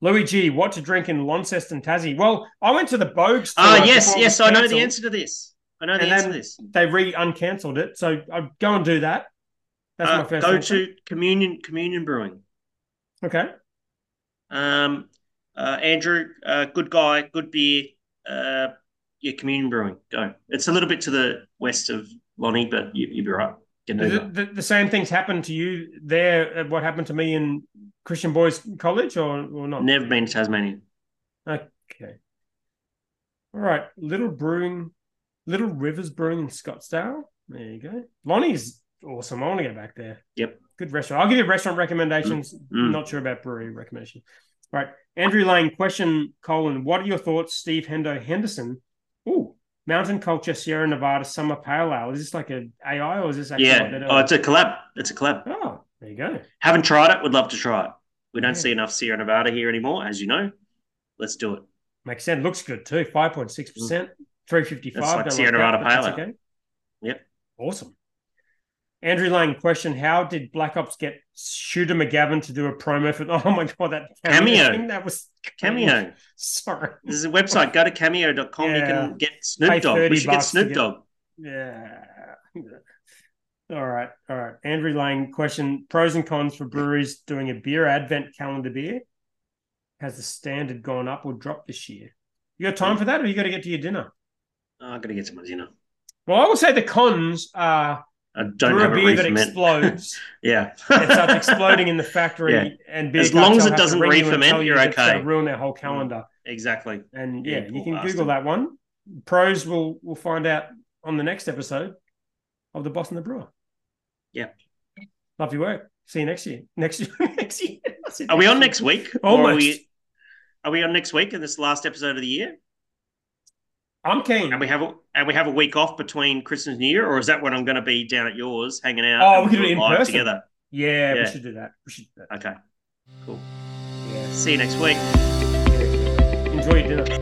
S1: Louis G, what to drink in Launceston, Tassie? Well, I went to the Bogues.
S2: Ah,
S1: tour
S2: yes,
S1: before it
S2: yes,
S1: was
S2: I know the
S1: cancelled.
S2: answer to this. I know the
S1: And
S2: answer
S1: then
S2: to this.
S1: They re uncancelled it, so I'd go and do that. That's
S2: Uh,
S1: my first.
S2: go
S1: answer.
S2: to communion communion brewing.
S1: Okay.
S2: Um, uh, Andrew, uh, good guy, good beer. Uh, yeah, communion brewing. Go. It's a little bit to the west of Lonnie, but you, you'd be right. Get an
S1: The,
S2: Uber.
S1: the, the same things happened to you there. at What happened to me in Christian Boys College, or or not?
S2: Never been to Tasmania.
S1: Okay. All right. Little Brewing, Little Rivers Brewing in Scottsdale. There you go. Lonnie's awesome. I want to go back there.
S2: Yep.
S1: Good restaurant. I'll give you restaurant recommendations.
S2: Mm.
S1: Not sure about brewery recommendation. All right. Andrew Lane, question Colin. What are your thoughts, Steve Hendo Henderson? Ooh, Mountain Culture Sierra Nevada Summer Pale Ale. Is this like a AI or is this actually a
S2: Yeah.
S1: better-
S2: Oh, it's a collab. It's a collab.
S1: oh, there you go.
S2: Haven't tried it. Would love to try it. We don't
S1: Yeah.
S2: see enough Sierra Nevada here anymore, as you know. Let's do it.
S1: Makes sense. Looks good too. Five point six percent, three fifty five.
S2: Mm-hmm. That's like Sierra Nevada Pale Ale.
S1: Okay.
S2: Yep.
S1: Awesome. Andrew Lane question: How did Black Ops get Shooter McGavin to do a promo for? Oh my god, that
S2: Cameo.
S1: thing, that was
S2: Cameo.
S1: Sorry.
S2: This is a website. Go to cameo.com. You
S1: Yeah.
S2: can get
S1: Pay
S2: Snoop Dogg.
S1: 30
S2: We should get
S1: bucks to
S2: Snoop
S1: get-
S2: Dogg.
S1: Yeah. All right, all right. Andrew Lane question: Pros and cons for breweries doing a beer advent calendar beer. Has the standard gone up or dropped this year? You got
S2: Hmm.
S1: time for that, or you got to get to your dinner?
S2: Oh, i got to get some dinner.
S1: Well, I will say the cons are
S2: I don't
S1: brew
S2: have
S1: a
S2: a
S1: beer that
S2: reefer mint.
S1: explodes
S2: Yeah.
S1: and starts exploding in the factory
S2: Yeah.
S1: and beer
S2: As
S1: guts
S2: long as
S1: will
S2: it
S1: have to
S2: doesn't
S1: ring you and
S2: re-ferment,
S1: tell you
S2: you're
S1: that it's gonna
S2: okay. Mm.
S1: ruin their whole calendar
S2: exactly.
S1: and
S2: Yeah,
S1: yeah,
S2: you
S1: you
S2: poor
S1: can google
S2: bastard.
S1: that one pros will will find out on the next episode of the boss and the brewer
S2: Yeah.
S1: lovely work see you next year next year next year I said
S2: Are we on next week? Or Are
S1: Almost.
S2: we, are we on next week? And this last episode of the year,
S1: i'm keen
S2: and we have a, and we have a week off between Christmas and New Year, or is that when I'm going to be down at yours hanging out?
S1: Oh, we
S2: and
S1: could do
S2: we'll
S1: it in
S2: live
S1: person.
S2: together.
S1: yeah,
S2: Yeah.
S1: we should do that we should do that
S2: Okay, cool.
S1: yeah
S2: See you next week.
S1: enjoy your dinner